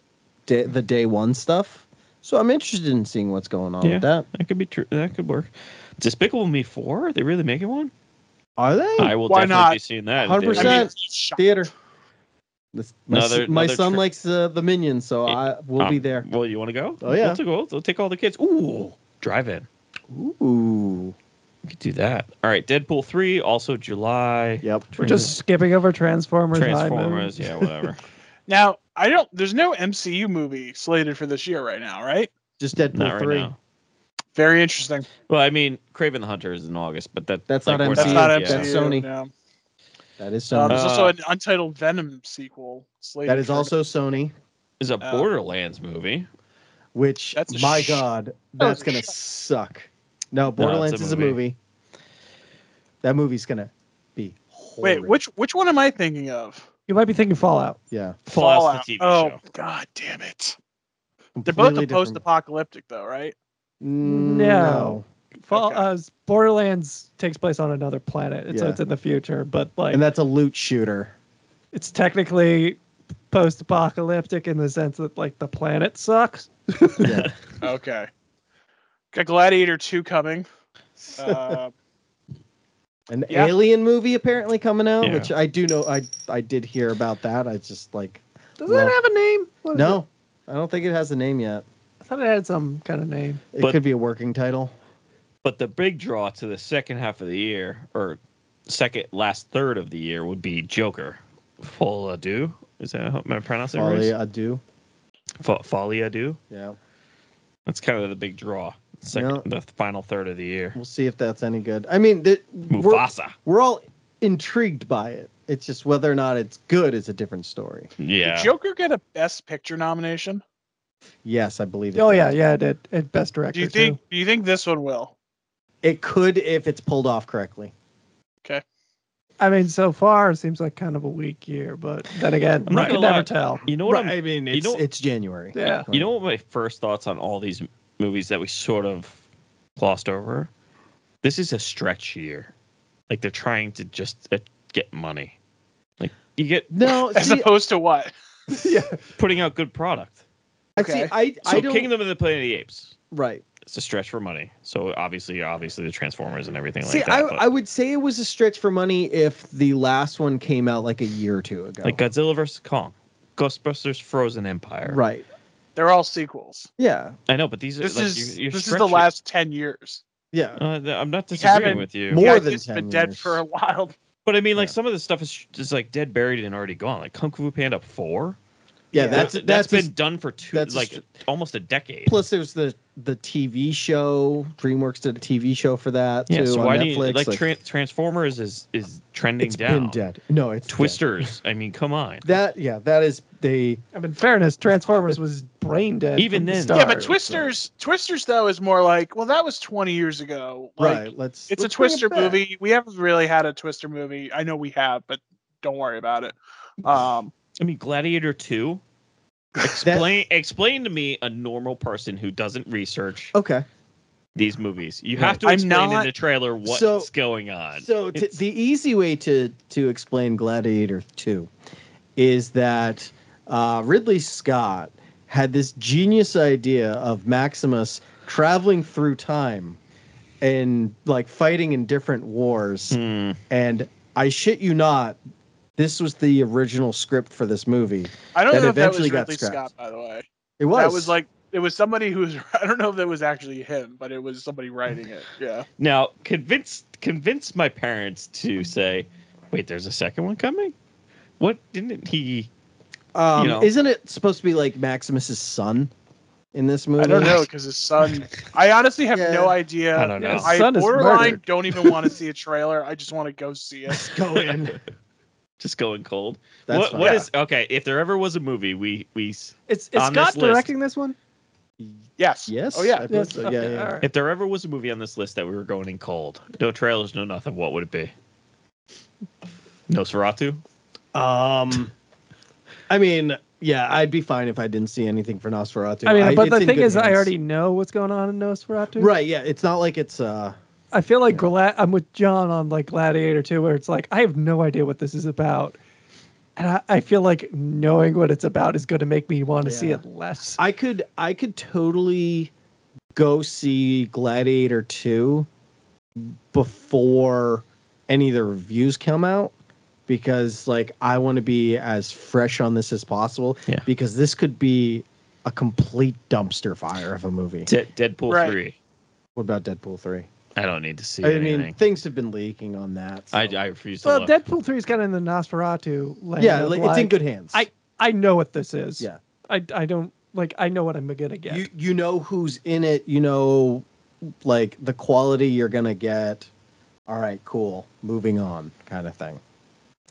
S8: da- the day one stuff. So I'm interested in seeing what's going on
S6: Yeah.
S8: with that.
S6: that could be true. That could work. Despicable Me Four? They really making one?
S8: Are they?
S6: I will
S9: why
S6: definitely
S9: not?
S6: be seeing that.
S8: 100%.
S6: I mean,
S8: Percent. Theater. This- my
S6: Another-
S8: s- my
S6: another
S8: son
S6: tri-
S8: likes uh, the Minions, so I will be
S6: um,
S8: there.
S6: Well, you want to go?
S8: Oh, yeah.
S6: Let's go. They'll take all the kids. Ooh, drive in.
S8: Ooh.
S6: We could do that. All right, Deadpool three, also July.
S8: Yep.
S7: We're just skipping over Transformers. High Moon.
S6: Transformers. Yeah, whatever.
S9: Now I don't. There's no MCU movie slated for this year right now, right?
S8: Just Deadpool
S6: Not right
S8: three.
S6: now.
S9: Very interesting.
S6: Well, I mean, Craven the Hunter is in August, but that
S8: That's not
S6: we're
S9: That's
S8: MCU.
S9: not
S8: yeah.
S9: MCU.
S8: That's Sony.
S9: no.
S8: That is
S9: Uh,
S8: Sony.
S9: there's
S6: Uh,
S9: also an untitled Venom sequel slated.
S8: that is
S9: for-
S8: also Sony.
S6: Is a
S9: Uh,
S8: Oh.
S6: Borderlands movie.
S8: Which
S9: That's a
S8: my
S9: sh- oh,
S8: god, that's
S9: a
S8: gonna
S9: sh-
S8: suck. No, Borderlands is a
S6: movie.
S8: movie. That movie's gonna be.
S9: Wait,
S8: horrid.
S9: which which one am I thinking of?
S7: You might be thinking Fallout.
S8: Yeah,
S6: Fallout's the TV
S9: oh
S6: show.
S9: god damn it! They're both
S8: completely
S9: a
S8: different-
S9: post-apocalyptic though, right?
S8: No,
S7: Fall
S9: Okay.
S7: uh, Borderlands takes place on another planet, and so
S8: Yeah.
S7: it's in the future. But like,
S8: and that's a loot shooter.
S7: it's technically post-apocalyptic in the sense that like the planet sucks.
S8: Yeah.
S9: Okay. Got Gladiator two coming. Uh,
S8: An
S9: Yeah.
S8: alien movie apparently coming out,
S6: Yeah.
S8: which I do know. I I did hear about that. I just like
S7: Does
S8: Well,
S7: that have a name? What Oh, is it?
S8: no, I don't think it has a name yet.
S7: I thought it had some kind of name.
S8: It
S6: But-
S8: could be a working title.
S6: But the big draw to the second half of the year, or second last third of the year, would be Joker. Folie à deux. Is that how am I pronouncing it?
S8: Folly
S6: right?
S8: Ado.
S6: Fo- Folie à deux.
S8: Yeah,
S6: That's kind of the big draw. Second, the final third of the year.
S8: we'll see if that's any good. I mean, the, we're,
S6: Mufasa.
S8: we're all intrigued by it. It's just whether or not it's good is a different story.
S6: Yeah.
S9: Did Joker get a Best Picture nomination?
S8: Yes, I believe. It
S7: Oh
S8: did.
S7: yeah, yeah, it did. It best director
S9: Do you
S7: too.
S9: think? Do you think this one will?
S8: it could if it's pulled off correctly.
S7: I mean, so far it seems like kind of a weak year, but then again,
S6: I'm not
S7: I can
S6: gonna
S7: never
S6: lie.
S7: tell.
S6: You know what
S8: Right,
S6: I'm.
S8: I mean,
S6: you
S8: it's
S6: know-
S8: it's January.
S7: Yeah.
S6: You know what my first thoughts on all these m- movies that we sort of glossed over. This is a stretch year. Like they're trying to just uh, get money. Like you get
S8: No,
S9: As
S8: see,
S9: opposed to what?
S6: putting out good product.
S8: I see,
S9: okay.
S8: I,
S6: So
S8: I don't.
S6: Kingdom of the Planet of the Apes.
S8: right.
S6: It's a stretch for money. So obviously, obviously the Transformers and everything
S8: See,
S6: like
S8: I,
S6: that. but-
S8: I would say it was a stretch for money if the last one came out like a year or two ago.
S6: like Godzilla vs Kong, Ghostbusters, Frozen Empire.
S8: right.
S9: They're all sequels.
S8: Yeah.
S6: I know, but these are
S9: This
S6: like
S9: is
S6: you're, you're
S9: this is the
S6: stretching-
S9: last ten years.
S8: Yeah.
S6: Uh, th- I'm not disagreeing
S9: haven't-
S6: with you.
S8: More
S9: yeah,
S8: than
S9: he's
S8: 10
S9: been dead
S8: years.
S9: for a while.
S6: But I mean, like
S8: Yeah.
S6: some of the stuff is just like dead, buried, and already gone. Like Kung Fu Panda Four.
S8: Yeah.
S9: Yeah.
S8: That's
S6: Th-
S8: that's
S6: been
S8: been.
S6: done for two,
S8: that's a
S6: like
S8: str-
S6: almost a decade.
S8: plus, there's the the TV show. DreamWorks did a TV show for that
S6: yeah,
S8: too
S6: so
S8: on
S6: why do
S8: Netflix.
S6: you like, Tran- Transformers is is trending
S8: it's
S6: down.
S8: been dead. No, it's dead.
S6: Twisters. I mean, come on.
S8: That yeah, that is they.
S7: I mean, fairness, Transformers was brain dead.
S6: Even
S7: from the
S6: then.
S7: start.
S9: yeah, but Twisters, Twisters though is more like, well, that was twenty years ago. Like,
S8: right. Let's.
S9: It's
S8: let's
S9: a
S8: bring it
S9: Twister
S8: back.
S9: movie. We haven't really had a Twister movie. I know we have, but don't worry about it. Um,
S6: I mean, Gladiator Two. Explain explain to me a normal person who doesn't research
S8: Okay.
S6: these movies. You have to
S8: Right. I'm
S6: explain in
S8: not-
S6: the trailer what's
S8: So-
S6: going on.
S8: So t-
S6: It's-
S8: the easy way to to explain Gladiator Two is that uh, Ridley Scott had this genius idea of Maximus traveling through time and like fighting in different wars.
S6: Hmm.
S8: And I shit you not, this was the original script for this movie.
S9: I don't
S8: That
S9: know if that was
S8: eventually
S9: Ridley
S8: got
S9: Scott,
S8: scrapped.
S9: by the way.
S8: It was.
S9: That was like it was somebody who was I don't know if that was actually him, but it was somebody writing it. Yeah.
S6: Now convince convince my parents to say, wait, there's a second one coming. What didn't he?
S8: um,
S6: you know.
S8: isn't it supposed to be like Maximus's son in this movie?
S9: I don't know because his son. I honestly have no
S8: Yeah.
S9: idea.
S6: I don't know.
S9: I
S7: His son is
S9: borderline
S7: murdered.
S9: don't even want to see a trailer. I just want to go see it.
S8: Go in.
S6: Just going cold.
S8: That's
S6: what
S8: fine.
S6: what is okay? If there ever was a movie, we we s-
S7: It's is
S6: On this
S7: Scott
S6: list.
S7: directing this one?
S9: Yes.
S8: Yes.
S9: Oh yeah.
S8: I believe so. yeah,
S7: okay,
S8: yeah.
S7: all right.
S6: if there ever was a movie on this list that we were going in cold, no trailers, no nothing. What would it be? Nosferatu.
S8: Um, I mean, yeah, I'd be fine if I didn't see anything for Nosferatu.
S7: I mean, but
S8: it's
S7: the
S8: in
S7: thing
S8: good
S7: is, I
S8: hands.
S7: already know what's going on in Nosferatu.
S8: right. Yeah, it's not like it's uh.
S7: I feel like Glad- I'm with John on like Gladiator 2, where it's like I have no idea what this is about, and I, I feel like knowing what it's about is going to make me want to see
S8: Yeah.
S7: it less.
S8: I could I could totally go see Gladiator two before any of the reviews come out because like I want to be as fresh on this as possible
S6: Yeah.
S8: because this could be a complete dumpster fire of a movie.
S6: De- Deadpool
S9: Right.
S6: three.
S8: What about Deadpool three?
S6: I don't need to see
S8: I mean,
S6: anything.
S8: things have been leaking on that. so-
S6: I, I refuse to
S7: well,
S6: look.
S7: Deadpool 3 is kind of in the Nosferatu land.
S8: yeah,
S7: of,
S8: like, it's in
S7: like,
S8: good hands.
S7: I- I know what this is.
S8: Yeah.
S7: I I don't like I know what I'm gonna get.
S8: you you know who's in it. You know, like the quality you're gonna get. All right, cool. Moving on, kind of thing.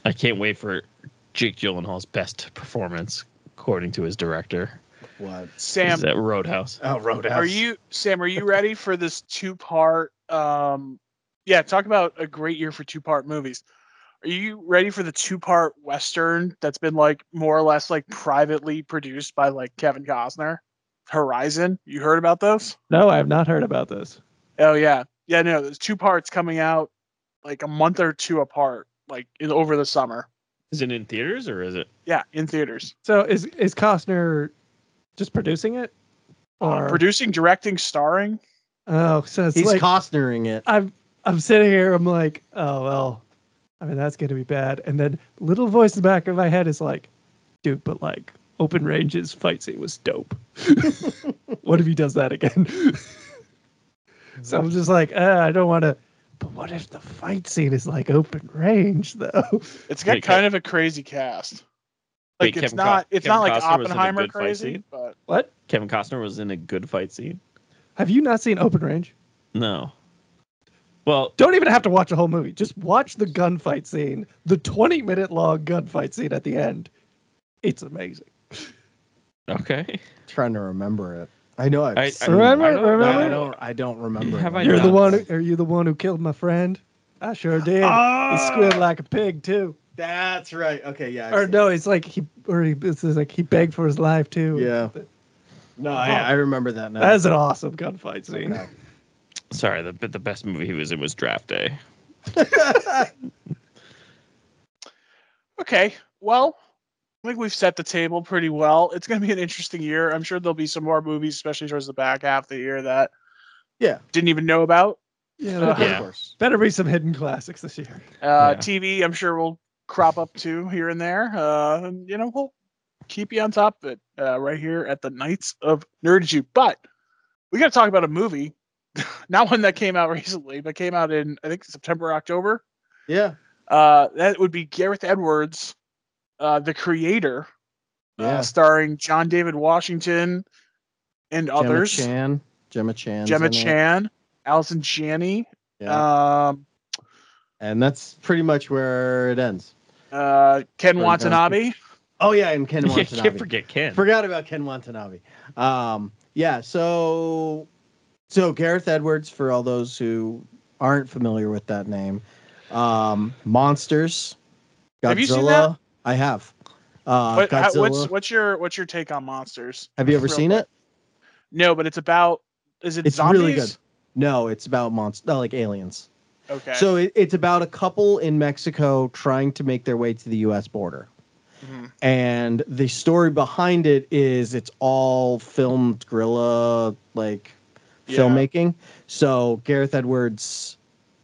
S6: I can't wait for Jake Gyllenhaal's best performance, according to his director.
S8: What?
S9: Sam,
S6: Is that Roadhouse?
S8: Oh, Roadhouse.
S9: are you Sam? Are you ready for this two-part? Um, yeah. Talk about a great year for two-part movies. Are you ready for the two-part western that's been like more or less like privately produced by like Kevin Costner? Horizon. You heard about those?
S7: no, I have not heard about this.
S9: Oh yeah, yeah. No, there's two parts coming out like a month or two apart, like in, over the summer.
S6: Is it in theaters or is it?
S9: Yeah, in theaters.
S7: So is is Costner just producing it?
S9: Uh,
S7: Or
S9: producing, directing, starring.
S7: oh, so it's
S8: He's
S7: like
S8: Costnering it.
S7: I'm I'm sitting here. I'm like, oh well, I mean that's gonna be bad. And then little voice in the back of my head is like, dude, but like open ranges fight scene was dope. what if he does that again? so I'm just like, uh, I don't want to. But what if the fight scene is like open range though?
S9: It's got
S6: Wait, Ke-
S9: kind of a crazy cast.
S6: Wait,
S9: Like it's
S6: Kevin Co-
S9: not, it's
S6: Kevin
S9: not like
S6: Costner was in a
S9: Oppenheimer
S6: good fight
S9: crazy,
S6: scene?
S9: but
S7: What?
S6: Kevin Costner was in a good fight scene.
S7: Have you not seen Open Range?
S6: No. Well,
S7: Don't even have to watch the whole movie. Just watch the gunfight scene, the 20 minute long gunfight scene at the end. It's amazing.
S6: okay.
S8: trying to remember it. I know. I've
S6: I- I-
S8: seen it.
S7: Remember-
S6: I don't-
S8: I
S7: remember?
S6: I don't-
S8: don't. I don't remember.
S6: Have
S8: it.
S6: I
S7: You're the
S6: know.
S7: one. Who, are you the one who killed my friend? I sure did.
S8: Ah.
S7: he squid like a pig too.
S8: That's right. Okay. Yeah. I've
S7: Or
S8: seen
S7: no, it's like he or he, it's like he begged for his life too.
S8: it. Yeah. No, I, I remember that now.
S7: That is an awesome gunfight scene.
S8: Okay.
S6: Sorry, the the best movie he was in was Draft Day.
S9: okay. Well, I think we've set the table pretty well. It's going to be an interesting year. I'm sure there'll be some more movies, especially towards the back half of the year that
S8: Yeah.
S9: didn't even know about.
S7: Yeah,
S8: Of
S7: there
S6: Yeah.
S8: course.
S7: better be some hidden classics this year.
S6: Yeah.
S9: Uh, TV, I'm sure will crop up too here and there. Uh, and, you know, we'll keep you on top of it uh, right here at the Knights of Nerdju. But we got to talk about a movie, not one that came out recently, but came out in I think September, October.
S8: Yeah.
S9: Uh, that would be Gareth Edwards, uh, the creator,
S8: Yeah.
S9: uh, starring John David Washington and
S8: Gemma
S9: others,
S8: Chan. Gemma Chan.
S9: Gemma Chan, Allison Janney.
S8: Yeah.
S9: Um,
S8: and that's pretty much where it ends.
S9: uh, Ken
S8: Fantastic.
S9: Watanabe.
S8: Oh yeah, and Ken
S6: Yeah,
S8: Watanabe.
S6: can't forget Ken.
S8: Forgot about Ken Watanabe. Um, yeah, so so Gareth Edwards, for all those who aren't familiar with that name, um, Monsters, Godzilla.
S9: Have you seen that?
S8: I have. Uh,
S9: What- how-
S8: Godzilla.
S9: what's what's your what's your take on monsters?
S8: have you ever
S9: real
S8: seen
S9: quick?
S8: it?
S9: No, but it's about is it
S8: It's
S9: zombies?
S8: really good. No, it's about monsters, like aliens.
S9: Okay.
S8: So it, it's about a couple in Mexico trying to make their way to the U.S. border.
S9: Mhm.
S8: And the story behind it is it's all filmed guerrilla like
S9: Yeah.
S8: filmmaking. So Gareth Edwards,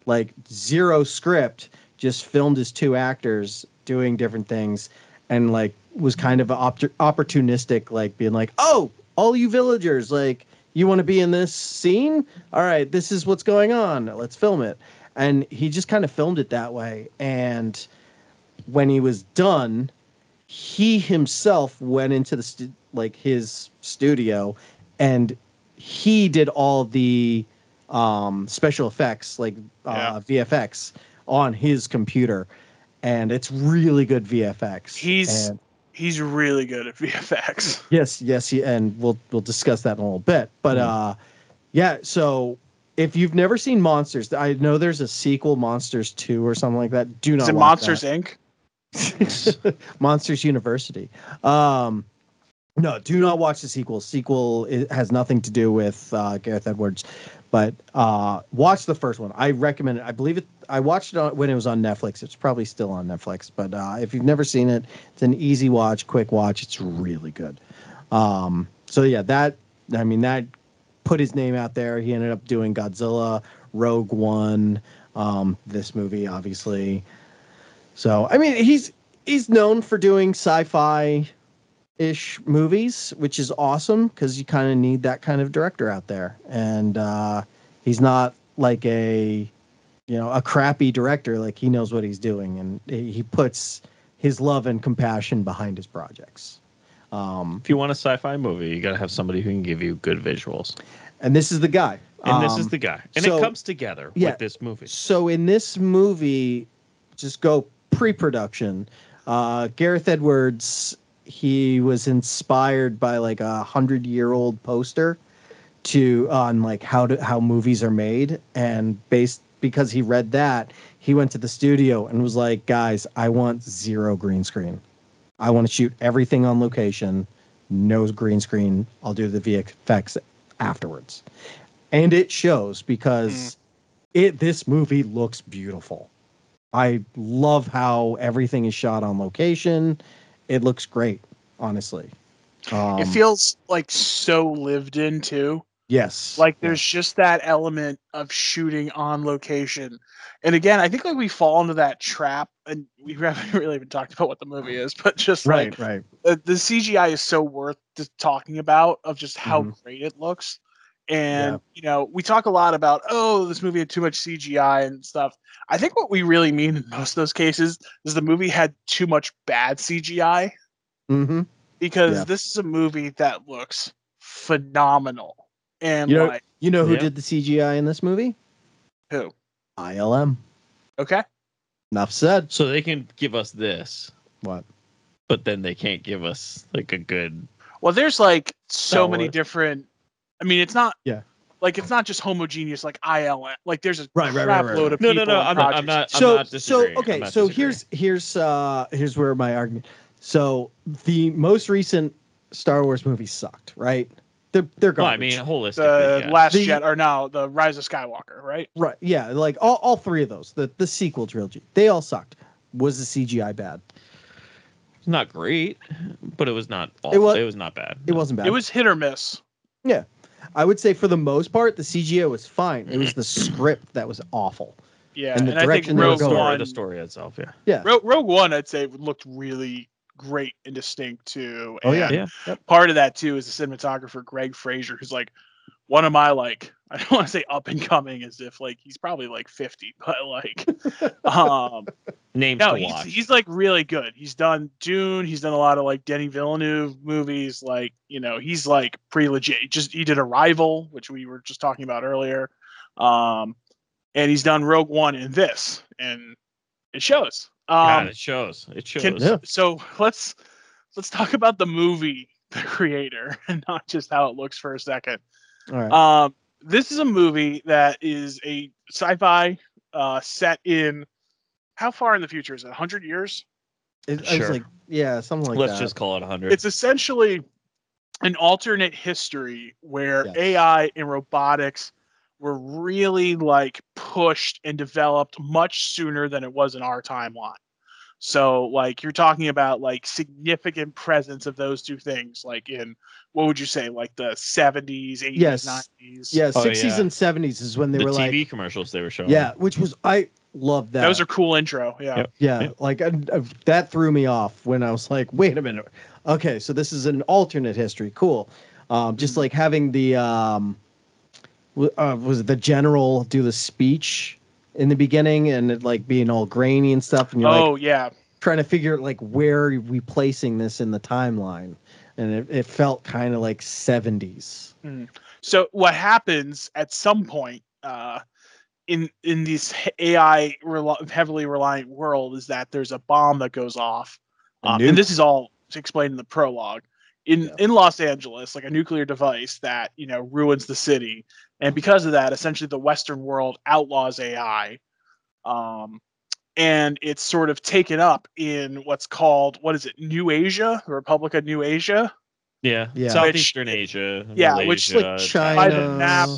S8: like zero script, just filmed his two actors doing different things, and like was kind of opt- opportunistic, like being like, "Oh, all you villagers, like you want to be in this scene? All right, this is what's going on. Let's film it." And he just kind of filmed it that way. And when he was done, he himself went into the stu- like his studio and he did all the um, special effects, like uh, VFX, on his computer, and it's really good VFX.
S9: He's-
S8: And-
S9: He's really good at VFX.
S8: yes, yes, he, and we'll we'll discuss that in a little bit. But
S9: Mm-hmm.
S8: uh, yeah, so if you've never seen Monsters, I know there's a sequel, Monsters Two or something like that. Do not
S9: Is it
S8: watch
S9: Monsters
S8: that.
S9: Inc?
S8: Monsters University. Um, no, do not watch the sequel. Sequel it has nothing to do with uh, Gareth Edwards, but uh, watch the first one. I recommend it. I believe it. I watched it on, when it was on Netflix. It's probably still on Netflix. But uh, if you've never seen it, it's an easy watch, quick watch. It's really good. Um, so yeah, that I mean that put his name out there. He ended up doing Godzilla, Rogue One, um, this movie, obviously. So I mean, he's he's known for doing sci-fi ish movies, which is awesome because you kind of need that kind of director out there. And uh, he's not like a you know a crappy director. Like he knows what he's doing, and he he puts his love and compassion behind his projects. Um,
S6: If you want a sci-fi movie, you got to have somebody who can give you good visuals,
S8: and this is the guy.
S6: and this is
S8: Um,
S6: the guy, and
S8: so-
S6: it comes together
S8: yeah.
S6: with this movie.
S8: So in this movie, just go pre-production. Uh, Gareth Edwards, he was inspired by like a hundred-year-old poster to on like how to how movies are made, and based because he read that, he went to the studio and was like, "Guys, I want zero green screen. I want to shoot everything on location, no green screen. I'll do the VFX afterwards." And it shows because it this movie looks beautiful. I love how everything is shot on location. It looks great, honestly. Um,
S9: it feels like so lived in too.
S8: yes,
S9: Like there's just that element of shooting on location. And again, I think like we fall into that trap and we haven't really even talked about what the movie is, but just like
S8: right, right.
S9: the, the CGI is so worth just talking about of just how
S8: Mm-hmm.
S9: great it looks. And you know, we talk a lot about oh, this movie had too much CGI and stuff. I think what we really mean in most of those cases is the movie had too much bad CGI
S8: hmm
S9: because
S8: Yeah.
S9: this is a movie that looks phenomenal. And
S8: You know-
S9: like
S8: You know who
S6: Yeah.
S8: did the CGI in this movie?
S9: who?
S8: ILM.
S9: Okay.
S8: Enough said.
S6: So they can give us this,
S8: What?
S6: but then they can't give us like a good.
S9: Well, there's like so
S6: Star
S9: many
S6: Wars.
S9: different. I mean, it's not.
S8: Yeah.
S9: Like it's not just homogeneous like ILM. Like there's a
S8: Right, right, right,
S9: crap
S8: right,
S9: load
S8: right.
S9: of
S6: No,
S9: people
S6: no, no.
S9: and
S6: I'm not. I'm not.
S9: projects.
S6: I'm
S8: so,
S6: not
S8: so
S6: disagreeing. I'm
S8: okay.
S6: not
S8: So
S6: disagreeing.
S8: here's here's uh here's where my argument. So the most recent Star Wars movie sucked, right? They're they're
S6: Well, I
S8: garbage.
S6: mean, holistically,
S9: the
S6: yes.
S9: last
S8: The-
S9: jet or no the rise of skywalker right
S8: Right. Yeah. Like all, all three of those, the, the sequel trilogy, they all sucked. Was the CGI bad?
S6: It's not great, but it was not. Awful.
S8: It
S6: It
S8: wa-
S6: was. It was not bad.
S8: It wasn't bad.
S9: it was hit or miss
S8: I would say for the most part, the CGI was fine. It was the script that was awful.
S9: yeah
S8: And
S9: and,
S8: the
S9: i think
S8: direction they
S6: the
S8: were
S9: rogue
S8: going.
S6: story,
S9: one
S6: the story itself. Yeah.
S8: Yeah.
S9: Ro- rogue one i'd say looked really great and distinct too
S8: Oh, yeah.
S9: And
S6: Yeah.
S9: part of that too is the cinematographer greg fraser who's like one of my like i don't want to say up and coming as if like he's probably like 50 but like um
S6: Names
S9: no
S6: to
S9: he's,
S6: watch.
S9: he's like really good he's done dune he's done a lot of like denny villeneuve movies like you know he's like pretty legit He just he did arrival which we were just talking about earlier um and he's done rogue one and this and it shows
S6: God,
S9: um
S6: it shows. It shows.
S9: can- so let's let's talk about the movie the creator and not just how it looks for a second
S8: All right.
S9: um, this is a movie that is a sci-fi uh, set in how far in the future is it? 100 years?
S8: it, I
S6: sure.
S8: was like, yeah, something like
S6: Let's
S8: that.
S6: just call it 100.
S9: It's essentially an alternate history where
S8: Yes.
S9: AI and robotics were really like pushed and developed much sooner than it was in our timeline. So like you're talking about like significant presence of those two things like in what would you say like the 70s, 80s,
S8: Yes.
S9: 90s.
S8: Yeah,
S6: Oh,
S8: 60s
S6: yeah.
S8: and 70s is when they
S6: the
S8: were
S6: TV
S8: like,
S6: commercials they were showing.
S8: yeah, which was I love that.
S9: That was a cool intro. Yeah.
S6: Yep.
S8: yeah,
S6: yeah.
S8: like I, I, that threw me off when I was like, wait a minute, okay, so this is an alternate history, cool. Um, just
S9: Mm-hmm.
S8: like having the um, w- uh, was it the general do the speech in the beginning and it like being all grainy and stuff, and you're like,
S9: Oh yeah.
S8: trying to figure out like where are we placing this in the timeline and it, it felt kind of like 70s
S9: So what happens at some point uh, in in this h- AI rel- heavily reliant world is that there's a bomb that goes off,
S8: A
S9: um,
S8: nuke?
S9: and this is all explained in the prologue. In
S8: Yeah.
S9: in Los Angeles, like a nuclear device that you know ruins the city, and because of that, essentially the Western world outlaws AI. Um, and it's sort of taken up in what's called what is it new asia the republic of new asia
S6: yeah,
S8: Yeah.
S6: Southeastern Asia.
S9: yeah, which, like,
S6: Malaysia,
S8: china
S9: By the map.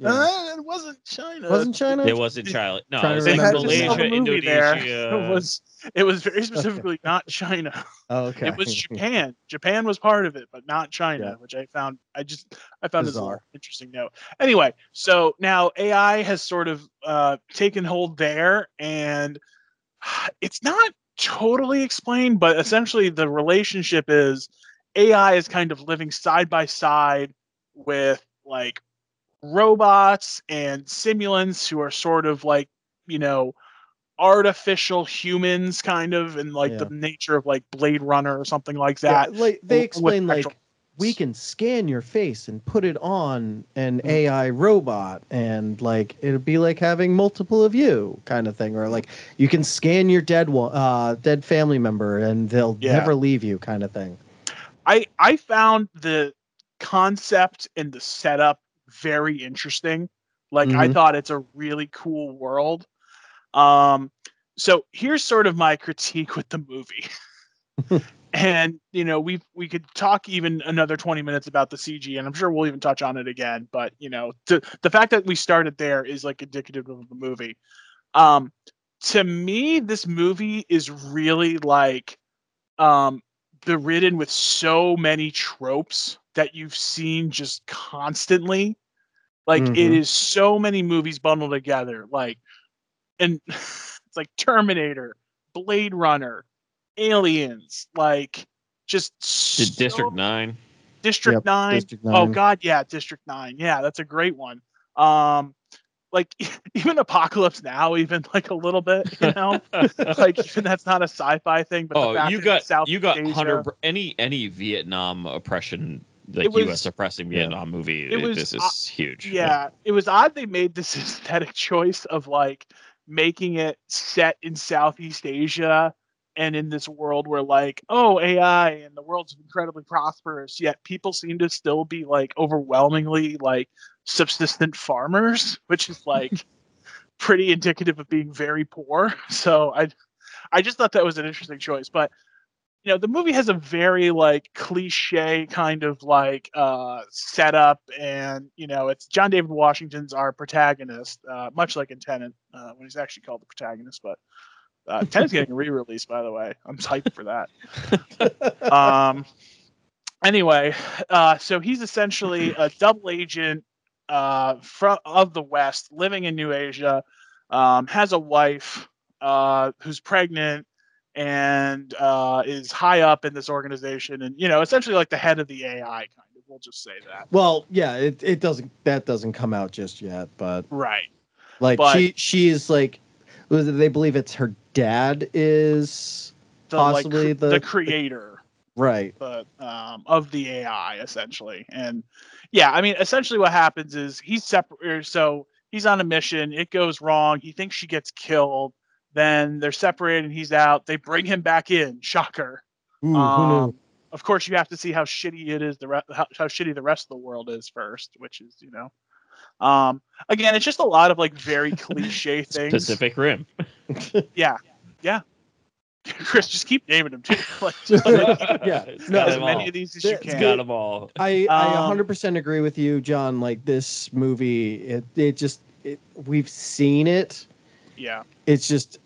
S8: Yeah.
S9: Uh, it wasn't china
S8: wasn't china
S6: It wasn't China. No,
S8: Trying
S6: it was
S8: to
S6: like
S8: remember the
S6: Malaysia,
S9: name. Movie there.
S8: Uh,
S9: it
S6: Indonesia.
S9: was it was very specifically not China.
S8: oh, okay
S9: It was Japan. Japan was part of it, but not China,
S8: Yeah.
S9: which I found I just I found this a
S8: Bizarre.
S9: little interesting note. Anyway, so now AI has sort of uh, taken hold there, and it's not totally explained, but essentially the relationship is AI is kind of living side by side with like robots and simulants who are sort of like you know artificial humans kind of and like the nature of like blade runner or something like
S8: Yeah,
S9: that
S8: like they
S9: with
S8: explain like
S9: actual-
S8: we can scan your face and put it on an ai robot and like it'd be like having multiple of you kind of thing or like you can scan your dead one uh dead family member and they'll
S9: Yeah.
S8: never leave you kind of thing
S9: i i found the concept and the setup very interesting like i
S8: Mhm.
S9: thought it's a really cool world um so here's sort of my critique with the movie and you know we we could talk even another 20 minutes about the cg and i'm sure we'll even touch on it again but you know to, the fact that we started there is like indicative of the movie um to me this movie is really like um ridden with so many tropes that you've seen just constantly like it
S6: Mm-hmm.
S8: Mhm.
S9: is so many movies bundled together like and it's like terminator blade runner aliens like just
S6: The
S9: so-
S6: District Nine.
S9: district
S8: Yep,
S9: 9
S8: District
S9: Oh
S8: Nine.
S9: God, yeah, District Nine. Yeah, that's a great one. Um, like even Apocalypse Now, even like a little bit, you know, like even that's not a sci-fi thing. But the
S6: oh,
S9: fact
S6: you
S9: that
S6: got
S9: South
S6: you got
S9: Asia,
S6: hundred any any Vietnam oppression like
S9: It was-
S6: U.S. oppressing
S8: Yeah.
S6: Vietnam movie.
S9: It was,
S6: this is
S9: uh,
S6: huge.
S9: Yeah, it was odd they made this aesthetic choice of like making it set in Southeast Asia and in this world where like oh AI and the world's incredibly prosperous, yet people seem to still be like overwhelmingly like subsistent farmers, which is like pretty indicative of being very poor. So I I just thought that was an interesting choice, but you know the movie has a very like cliche kind of like uh setup and you know it's john david washington's our protagonist uh much like in tenant uh when he's actually called the protagonist but uh tenant's getting re-released by the way i'm psyched for that um anyway uh so he's essentially a double agent uh from of the west living in new asia um has a wife uh who's pregnant and uh, is high up in this organization, and you know, essentially like the head of the AI kind of. We'll just say that.
S8: well yeah it, it doesn't that doesn't come out just yet but
S9: Right.
S8: like
S9: But-
S8: she she is like they believe it's her dad is
S9: The, like,
S8: Possibly
S9: cr-
S8: the-
S9: the creator.
S8: right
S9: but um, of the AI essentially. And yeah, I mean, essentially what happens is he's separate. So he's on a mission. It goes wrong. He thinks she gets killed. Then they're separated. and He's out. They bring him back in. Shocker.
S8: Ooh, who knew?
S9: Um, of course, you have to see how shitty it is. The re- how, how shitty the rest of the world is first, which is you know. Um, again, it's just a lot of like very cliche
S6: yeah.
S9: things.
S6: Pacific Rim.
S9: Yeah, yeah. Chris, just keep naming them too. Like, just like,
S8: Yeah,
S6: It's
S8: no,
S6: got
S9: as
S6: them all.
S9: many of these as you
S8: It's
S6: It's
S9: can.
S6: got them all.
S8: I, I
S9: Um,
S8: 100% agree with you, John. Like this movie, it, it just it, we've seen it.
S9: Yeah.
S8: It's just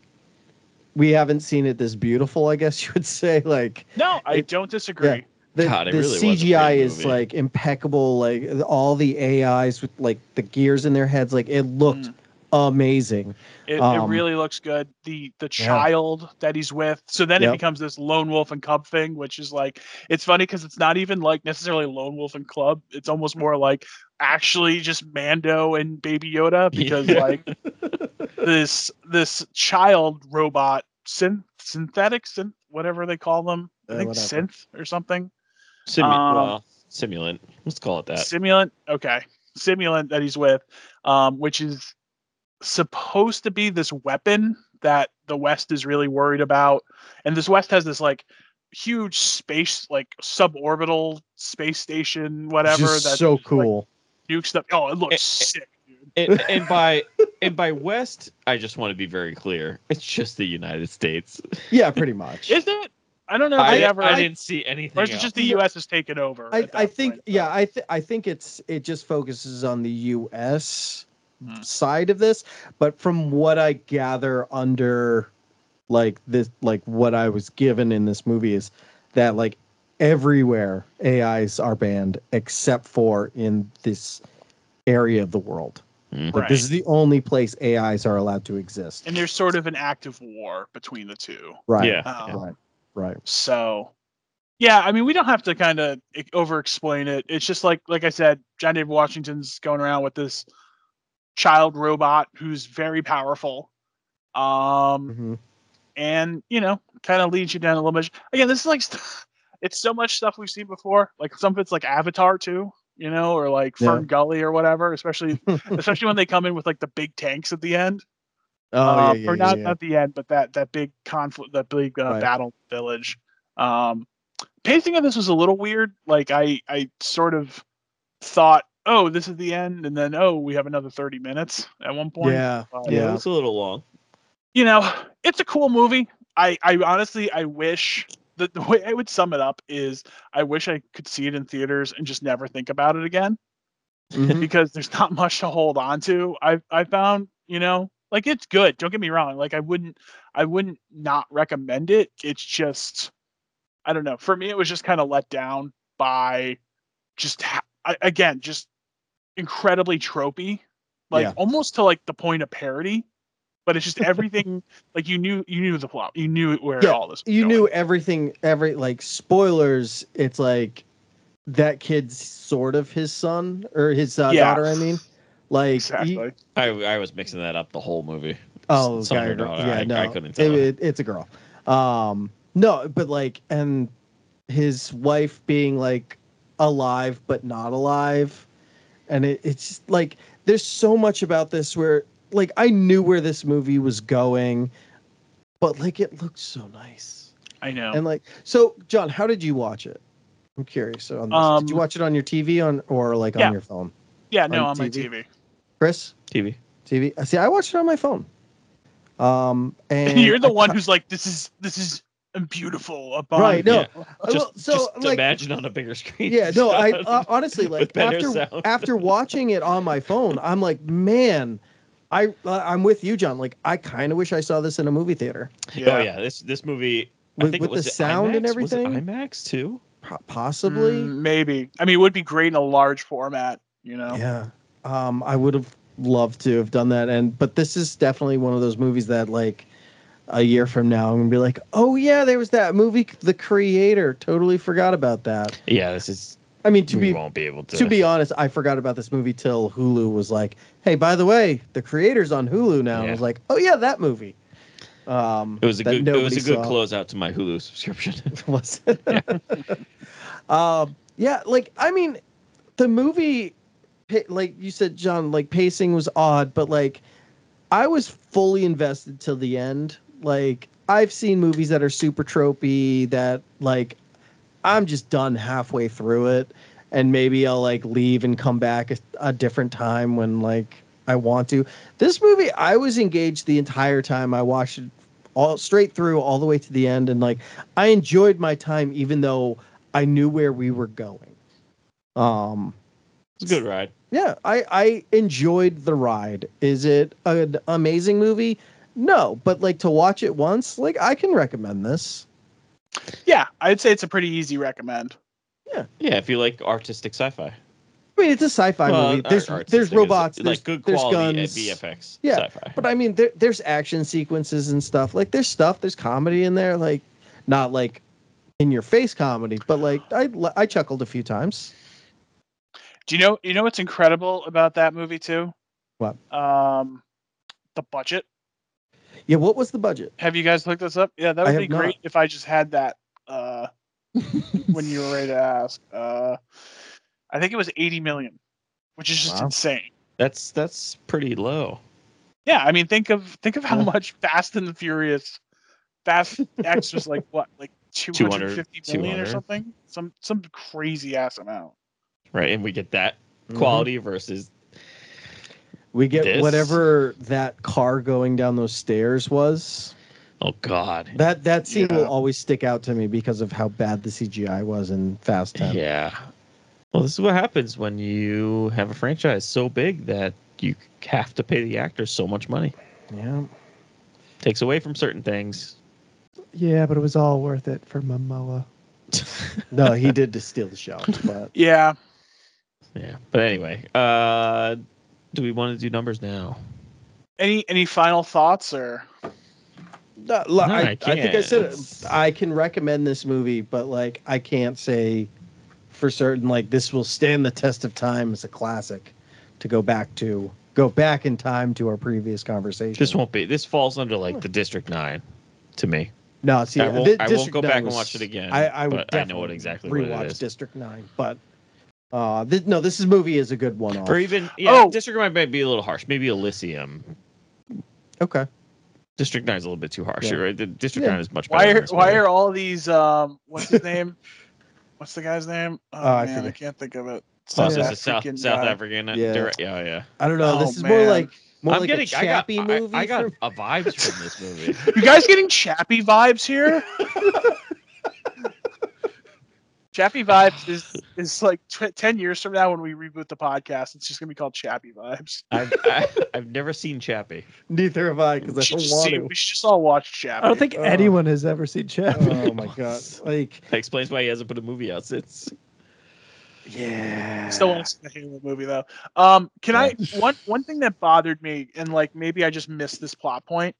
S8: we haven't seen it this beautiful. I guess you would say like
S9: No, I
S8: It-
S9: don't disagree.
S8: yeah. the,
S6: God, it
S8: the
S6: really was a great
S8: CGI is
S6: movie.
S8: like impeccable. Like all the AIs with like the gears in their heads, like it looked
S9: Mm.
S8: amazing.
S9: It, it
S8: Um,
S9: really looks good. The the child that he's with. So then it
S8: Yep.
S9: becomes this lone wolf and cub thing, which is like it's funny because it's not even like necessarily lone wolf and club. It's almost more like actually just Mando and Baby Yoda because
S6: Yeah.
S9: like this this child robot synth synthetic synth whatever they call them. I
S8: Uh,
S9: think
S8: whatever.
S9: synth or something.
S6: Simu-
S9: Um,
S6: well, simulant. Let's call it that.
S9: Simulant, okay, simulant that he's with, um, which is supposed to be this weapon that the West is really worried about, and this West has this like huge space, like suborbital space station,
S8: It's
S9: whatever.
S8: just so cool.
S9: Nuke stuff. Oh, it looks
S6: Eh, eh.
S9: sick.
S6: and, and by and by West, I just want to be very clear. It's just the United States.
S8: yeah, pretty much.
S9: Is it? I don't know if
S6: I,
S9: they ever.
S6: I didn't see anything.
S9: or is it just the
S8: Yeah.
S9: U.S. has taken over?
S8: I,
S9: at
S8: I
S9: that
S8: think
S9: point?
S8: yeah I th- I think it's it just focuses on the U.S.
S9: Mm.
S8: side of this, but from what I gather under like this like what I was given in this movie is that like everywhere AIs are banned except for in this area of the world.
S6: Mhm.
S8: Like
S9: Right.
S8: this is the only place AIs are allowed to exist.
S9: and there's sort of an active war between the two.
S8: right.
S6: Yeah.
S9: Um,
S6: yeah.
S8: Right. Right.
S9: So, yeah, I mean, we don't have to kind of over explain it. It's just like, like I said, John David Washington's going around with this child robot who's very powerful. Um,
S8: Mhm.
S9: and you know, kind of leads you down a little bit. Again, this is like, st- it's so much stuff we've seen before. Like some of it's like Avatar too, you know, or like
S8: Yeah.
S9: Fern Gully or whatever. Especially, especially when they come in with like the big tanks at the end
S8: Oh yeah,
S9: uh,
S8: yeah,
S9: or
S8: yeah,
S9: not
S8: yeah.
S9: not the end, but that that big conflict, that big uh,
S8: Right.
S9: battle village. Um, pacing of this was a little weird. Like I I sort of thought, oh, this is the end, and then oh, we have another thirty minutes at one point.
S8: yeah.
S9: Uh,
S6: Yeah, it
S8: Yeah.
S6: was a little long.
S9: You know, it's a cool movie. I I honestly I wish. The, the way I would sum it up is I wish I could see it in theaters and just never think about it again
S8: Mhm.
S9: because there's not much to hold on to. I I found, you know, like it's good. Don't get me wrong. Like I wouldn't I wouldn't not recommend it. It's just I don't know. For me, it was just kind of let down by just ha- I, again just incredibly tropey, like
S8: Yeah.
S9: almost to like the point of parody. But it's just everything. like you knew you knew the plot. You knew where
S8: Yeah,
S9: all this. was
S8: you
S9: going.
S8: knew E, everything every like spoilers it's like that kid's sort of his son or his uh,
S9: Yeah.
S8: daughter i mean like e he-
S9: exactly.
S6: I I was mixing that up the whole movie.
S8: oh
S6: Son or
S8: God,
S6: daughter,
S8: yeah
S6: I-
S8: no
S6: I couldn't tell.
S8: it- it- it's a girl um no but like and his wife being like alive but not alive and it, it's just like there's so much about this where like i knew where this movie was going but like it looked so nice
S9: I
S6: Oh.
S9: know.
S8: and like, so John, how did you watch it? I'm curious on this. did you
S9: Um,
S8: watch it on your TV on or like
S9: yeah.
S8: on your phone?
S9: yeah, no,
S8: on
S9: on my
S8: TV.
S9: TV.
S8: Chris,
S6: TV.
S8: TV. See, I watched it on my phone. Um, and
S9: You're the
S8: I
S9: one
S8: ca-
S9: who's like, this is this is beautiful. Upon
S8: right. No,
S6: Yeah.
S8: Uh,
S6: Just,
S8: well, so
S6: just
S8: like,
S6: imagine on a bigger screen.
S8: yeah, no, I uh, honestly
S6: With
S8: like
S6: better
S8: after
S6: sound.
S8: after watching it on my phone, I'm like, man, I uh, I'm with you, John. Like, I kind of wish I saw this in a movie theater,
S6: Oh yeah, this this movie. I
S8: With-
S6: think it
S8: with
S6: was
S8: the
S6: it
S8: sound and
S6: IMAX? Was it
S8: everything?
S6: IMAX too.
S8: Po- possibly.
S9: Mm, maybe. I mean, it would be great in a large format, you know.
S8: Yeah. Um, I would have loved to have done that. And but this is definitely one of those movies that like a year from now I'm gonna be like, oh yeah, there was that movie The Creator. Totally forgot about that.
S6: Yeah, this is.
S8: I mean to
S6: we
S8: be
S6: won't be able to.
S8: to be honest, I forgot about this movie till Hulu was like, hey, by the way, the creator's on Hulu now. And I
S6: Yeah.
S8: was like, oh yeah, that movie. Um,
S6: it was a
S8: that
S6: good. It was
S8: nobody
S6: a good
S8: saw.
S6: closeout to my Hulu subscription.
S8: was it? um, yeah, like I mean, the movie, pa- like you said, John, like pacing was odd, but like I was fully invested till the end. Like I've seen movies that are super tropey that like I'm just done halfway through it, and maybe I'll like leave and come back a, a different time when like I want to. This movie, I was engaged the entire time I watched it all straight through all the way to the end and like I enjoyed my time even though I knew where we were going. Um
S6: It's a good ride.
S8: yeah, I I enjoyed the ride. Is it an amazing movie? No, but like to watch it once, like I can recommend this.
S9: Yeah, I'd say it's a pretty easy recommend.
S6: Yeah, if you like artistic sci-fi.
S8: I mean, it's a sci-fi
S6: Well,
S8: movie.
S6: ar-
S8: There's
S6: artistic
S8: there's
S6: is
S8: robots,
S6: like
S8: there's,
S6: good
S8: there's
S6: quality at
S8: guns.
S6: VFX
S8: Yeah,
S6: sci-fi.
S8: But I mean, there, there's action sequences and stuff. Like there's stuff, there's comedy in there. Like not like in your face comedy, but like I I chuckled a few times.
S9: Do you know you know what's incredible about that movie too?
S8: What?
S9: Um the budget.
S8: Yeah, what was the budget?
S9: Have you guys looked this up? Yeah, that
S8: I
S9: would
S8: have
S9: be great
S8: not.
S9: if I just had that uh when you were ready to ask. Uh I think it was 80 million, which is just
S8: Wow.
S9: insane.
S6: That's that's pretty low.
S9: Yeah, I mean think of think of how
S8: Yeah.
S9: much Fast and the Furious Fast X was like what? Like 250 million or
S6: 200.
S9: something? Some some crazy ass amount.
S6: Right, and we get that
S8: Mm-hmm.
S6: quality versus
S8: We get
S6: This?
S8: whatever that car going down those stairs was.
S6: oh god.
S8: That that scene
S9: Yeah.
S8: will always stick out to me because of how bad the CGI was in Fast Ten.
S6: Yeah. Well, this is what happens when you have a franchise so big that you have to pay the actors so much money.
S8: yeah.
S6: Takes away from certain things.
S7: Yeah, but it was all worth it for Momoa.
S8: No, he did to steal the show, but
S9: Yeah.
S6: Yeah. But anyway, uh do we want to do numbers now?
S9: Any any final thoughts or
S8: No, look,
S6: No,
S8: I,
S6: I
S8: I think I
S6: can't.
S8: said
S6: It's-
S8: it. I can recommend this movie, but like I can't say for certain like this will stand the test of time as a classic to go back to go back in time to our previous conversation.
S6: This won't be. This falls under like the District Nine to me.
S8: No, see,
S6: I won't-
S8: thi-
S6: I won't
S8: District
S6: go
S8: 9
S6: back and
S8: was-
S6: watch it again,
S8: I, I would
S6: but I know
S8: definitely
S6: what exactly what it
S8: rewatch
S6: is.
S8: District Nine, but uh, thi- no, this is movie is a good one off.
S6: Or even yeah,
S9: Oh!
S6: District Nine might be a little harsh. Maybe Elysium.
S8: Okay,
S6: District Nine is a little bit too harsh.
S8: Yeah.
S6: Right? The District
S8: Yeah.
S6: Nine is much better.
S9: why
S6: than
S9: are
S6: this
S9: why
S6: movie.
S9: are all these um what's his name? what's the guy's name? Oh,
S8: Oh, I
S9: man, I
S8: forget.
S9: can't think of it.
S6: Oh,
S9: South
S6: so it's a South
S9: African
S6: South
S9: guy.
S6: African. uh,
S8: Yeah.
S6: direct- Yeah, yeah.
S8: I don't know.
S9: Oh,
S8: this is more
S9: man.
S8: like more
S6: I'm
S8: like
S6: getting
S8: a Chappie
S6: I got,
S8: movie.
S6: I, I got
S8: from-
S6: a vibes from this movie.
S9: You guys getting Chappie vibes here? Chappie vibes is is like tw- ten years from now when we reboot the podcast. It's just gonna be called Chappie vibes.
S6: I've, I, I've never seen Chappie.
S8: neither have I because
S9: We
S8: I
S9: should,
S8: don't
S9: just
S8: want
S9: see-
S8: to.
S9: we should just all watch Chappie.
S7: I don't think
S8: Oh.
S7: anyone has ever seen Chappie.
S8: Oh my god! Like
S6: That explains why he hasn't put a movie out since.
S8: yeah,
S9: Still want to see the Halo movie though. Um, can I one one thing that bothered me and like maybe I just missed this plot point.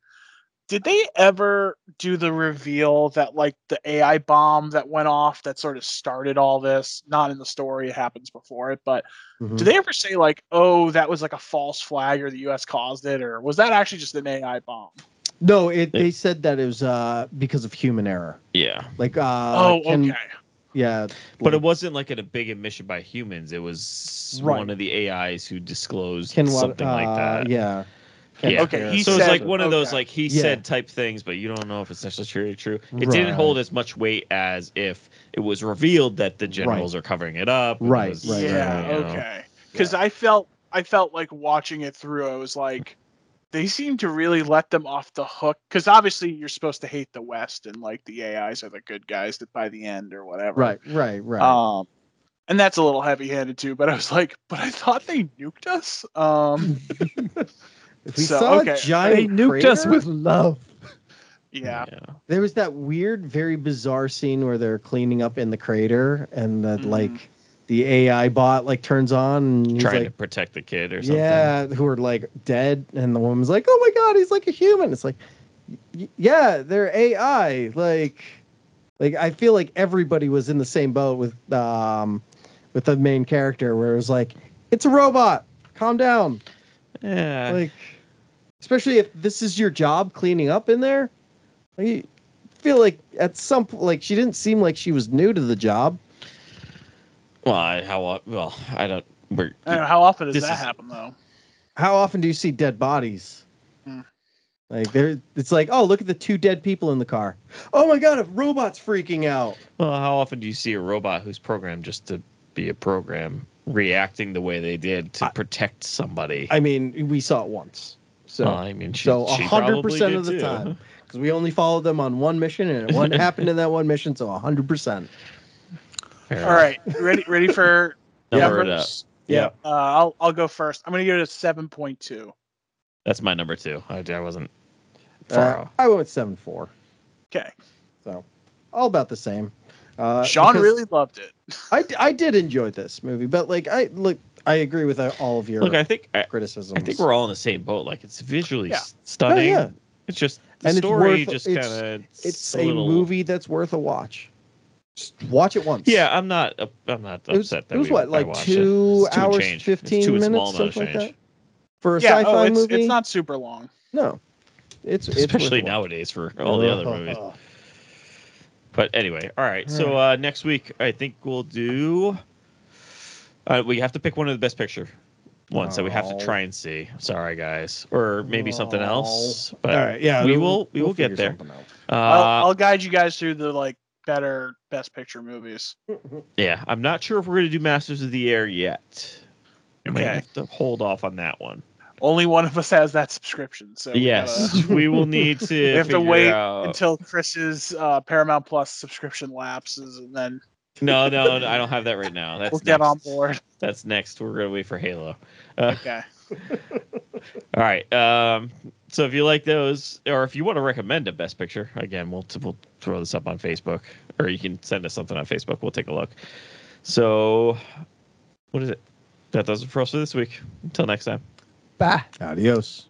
S9: Did they ever do the reveal that like the AI bomb that went off that sort of started all this? Not in the story, it happens before it, but
S8: Mhm.
S9: do they ever say like, oh, that was like a false flag or the US caused it, or was that actually just an AI bomb?
S8: No, it,
S6: It-
S8: they said that it was uh, because of human error.
S6: Yeah,
S8: Like, uh,
S9: oh,
S8: can-
S9: okay.
S8: yeah,
S6: but
S8: like,
S6: it wasn't like in a big admission by humans. It was
S8: Right.
S6: one of the AIs who disclosed
S8: can wa-
S6: something
S8: uh,
S6: like that.
S8: Yeah.
S6: Yeah.
S9: Okay, he
S6: so it's
S9: said-
S6: like one of those
S9: okay.
S6: like he
S8: Yeah.
S6: said type things, but you don't know if it's necessarily true. It didn't
S8: Right.
S6: hold as much weight as if it was revealed that the generals are covering it up. and it
S8: Right,
S6: was,
S8: right,
S6: you
S9: yeah,
S6: know.
S9: okay. Because I felt I felt like watching it through. I was like, they seem to really let them off the hook. Because obviously you're supposed to hate the West and like the AIs are the good guys that by the end or whatever.
S8: Right, right, right.
S9: Um, and that's a little heavy-handed too. But I was like, but I thought they nuked us. Um,
S8: if we
S9: so,
S8: saw
S9: okay.
S8: a
S7: They
S8: giant
S7: nuked us
S8: crater-
S7: with love.
S9: yeah.
S8: There was that weird, very bizarre scene where they're cleaning up in the crater, and that
S6: Mm-hmm.
S9: Mhm.
S8: like the AI bot like turns on, and he's
S6: trying to
S8: like,
S6: protect the kid or something.
S8: yeah, who are like dead, and the woman's like, oh my god, he's like a human. It's like, y- yeah, they're AI. Like, like I feel like everybody was in the same boat with um, with the main character, where it was like, it's a robot. Calm down.
S6: yeah.
S8: like especially if this is your job cleaning up in there i feel like at some point like she didn't seem like she was new to the job
S6: Well, I, how o- well I don't. We're,
S9: I don't know how often does
S6: This
S9: that
S6: is-
S9: happen though.
S8: how often do you see dead bodies
S9: Hmm.
S8: like there it's like oh look at the two dead people in the car oh my god a robot's freaking out
S6: well, how often do you see a robot who's programmed just to be a program reacting the way they did to
S8: I-
S6: protect somebody?
S8: i mean we saw it once so
S6: Well, I mean, she,
S8: so
S6: she
S8: 100%
S6: probably
S8: of
S6: did
S8: the
S6: too.
S8: time. because we only followed them on one mission, and it one happened in that one mission, so hundred percent.
S6: Fair
S9: All right, ready ready for
S6: Number it up.
S9: numbers? Uh, I'll I'll go first. I'm gonna give it a seven point two.
S6: That's my number two. I, I wasn't far
S8: Uh,
S6: off.
S8: I went with seven four,
S9: Okay,
S8: so all about the same. Uh,
S9: Sean
S8: because
S9: really loved it.
S8: I, I did enjoy this movie, but like I look, I agree with uh, all of your
S6: Look, I think I,
S8: criticisms.
S6: I think we're all in the same boat. Like it's visually
S9: Yeah.
S6: s- stunning.
S8: yeah.
S6: It's just the
S8: And it's
S6: story
S8: worth-
S6: just
S8: it's-
S6: kind of
S8: it's a movie that's worth a watch. Just watch it once.
S6: Yeah, I'm not. up- I'm not
S8: It was,
S6: upset that
S8: it was
S6: we,
S8: what,
S6: I
S8: like
S6: watched it.
S8: two
S6: It's and
S8: hours,
S6: change. It's
S8: fifteen
S6: two and small
S8: minutes,
S6: amount of
S8: something like
S6: change.
S8: that, for a
S9: yeah,
S8: sci-fi
S9: oh, it's,
S8: movie.
S9: it's not super long.
S8: no, it's it's
S6: especially
S8: worth a watch. Uh,
S6: nowadays for all the other movies. But anyway, all right. So uh, next week, I think we'll do. Uh, we have to pick one of the best picture ones that we have to
S8: No.
S6: try and see. Sorry, guys, or maybe something
S8: No.
S6: else.
S8: All
S6: But
S8: right, yeah,
S6: we will. We will get
S8: figure
S6: there.
S8: something out.
S6: Uh,
S9: I'll, I'll guide you guys through the like better best picture movies.
S6: yeah, I'm not sure if we're gonna do Masters of the Air yet. We might
S9: Okay.
S6: have to hold off on that one.
S9: Only one of us has that subscription, so we gotta-
S6: yes, we will need to.
S9: we have to
S6: figure
S9: wait
S8: Uh,
S6: out-
S9: until Chris's uh, Paramount Plus subscription lapses, and then
S6: No, no, no, I don't have that right now. That's
S9: we'll get
S6: next.
S9: on board.
S6: That's next. We're gonna wait for Halo. Uh,
S9: Okay.
S6: All right. Um, so if you like those, or if you want to recommend a best picture, again, we'll we'll throw this up on Facebook, or you can send us something on Facebook. We'll take a look. So, what is it? That does it for us for this week. Until next time.
S7: Bah.
S8: Adios.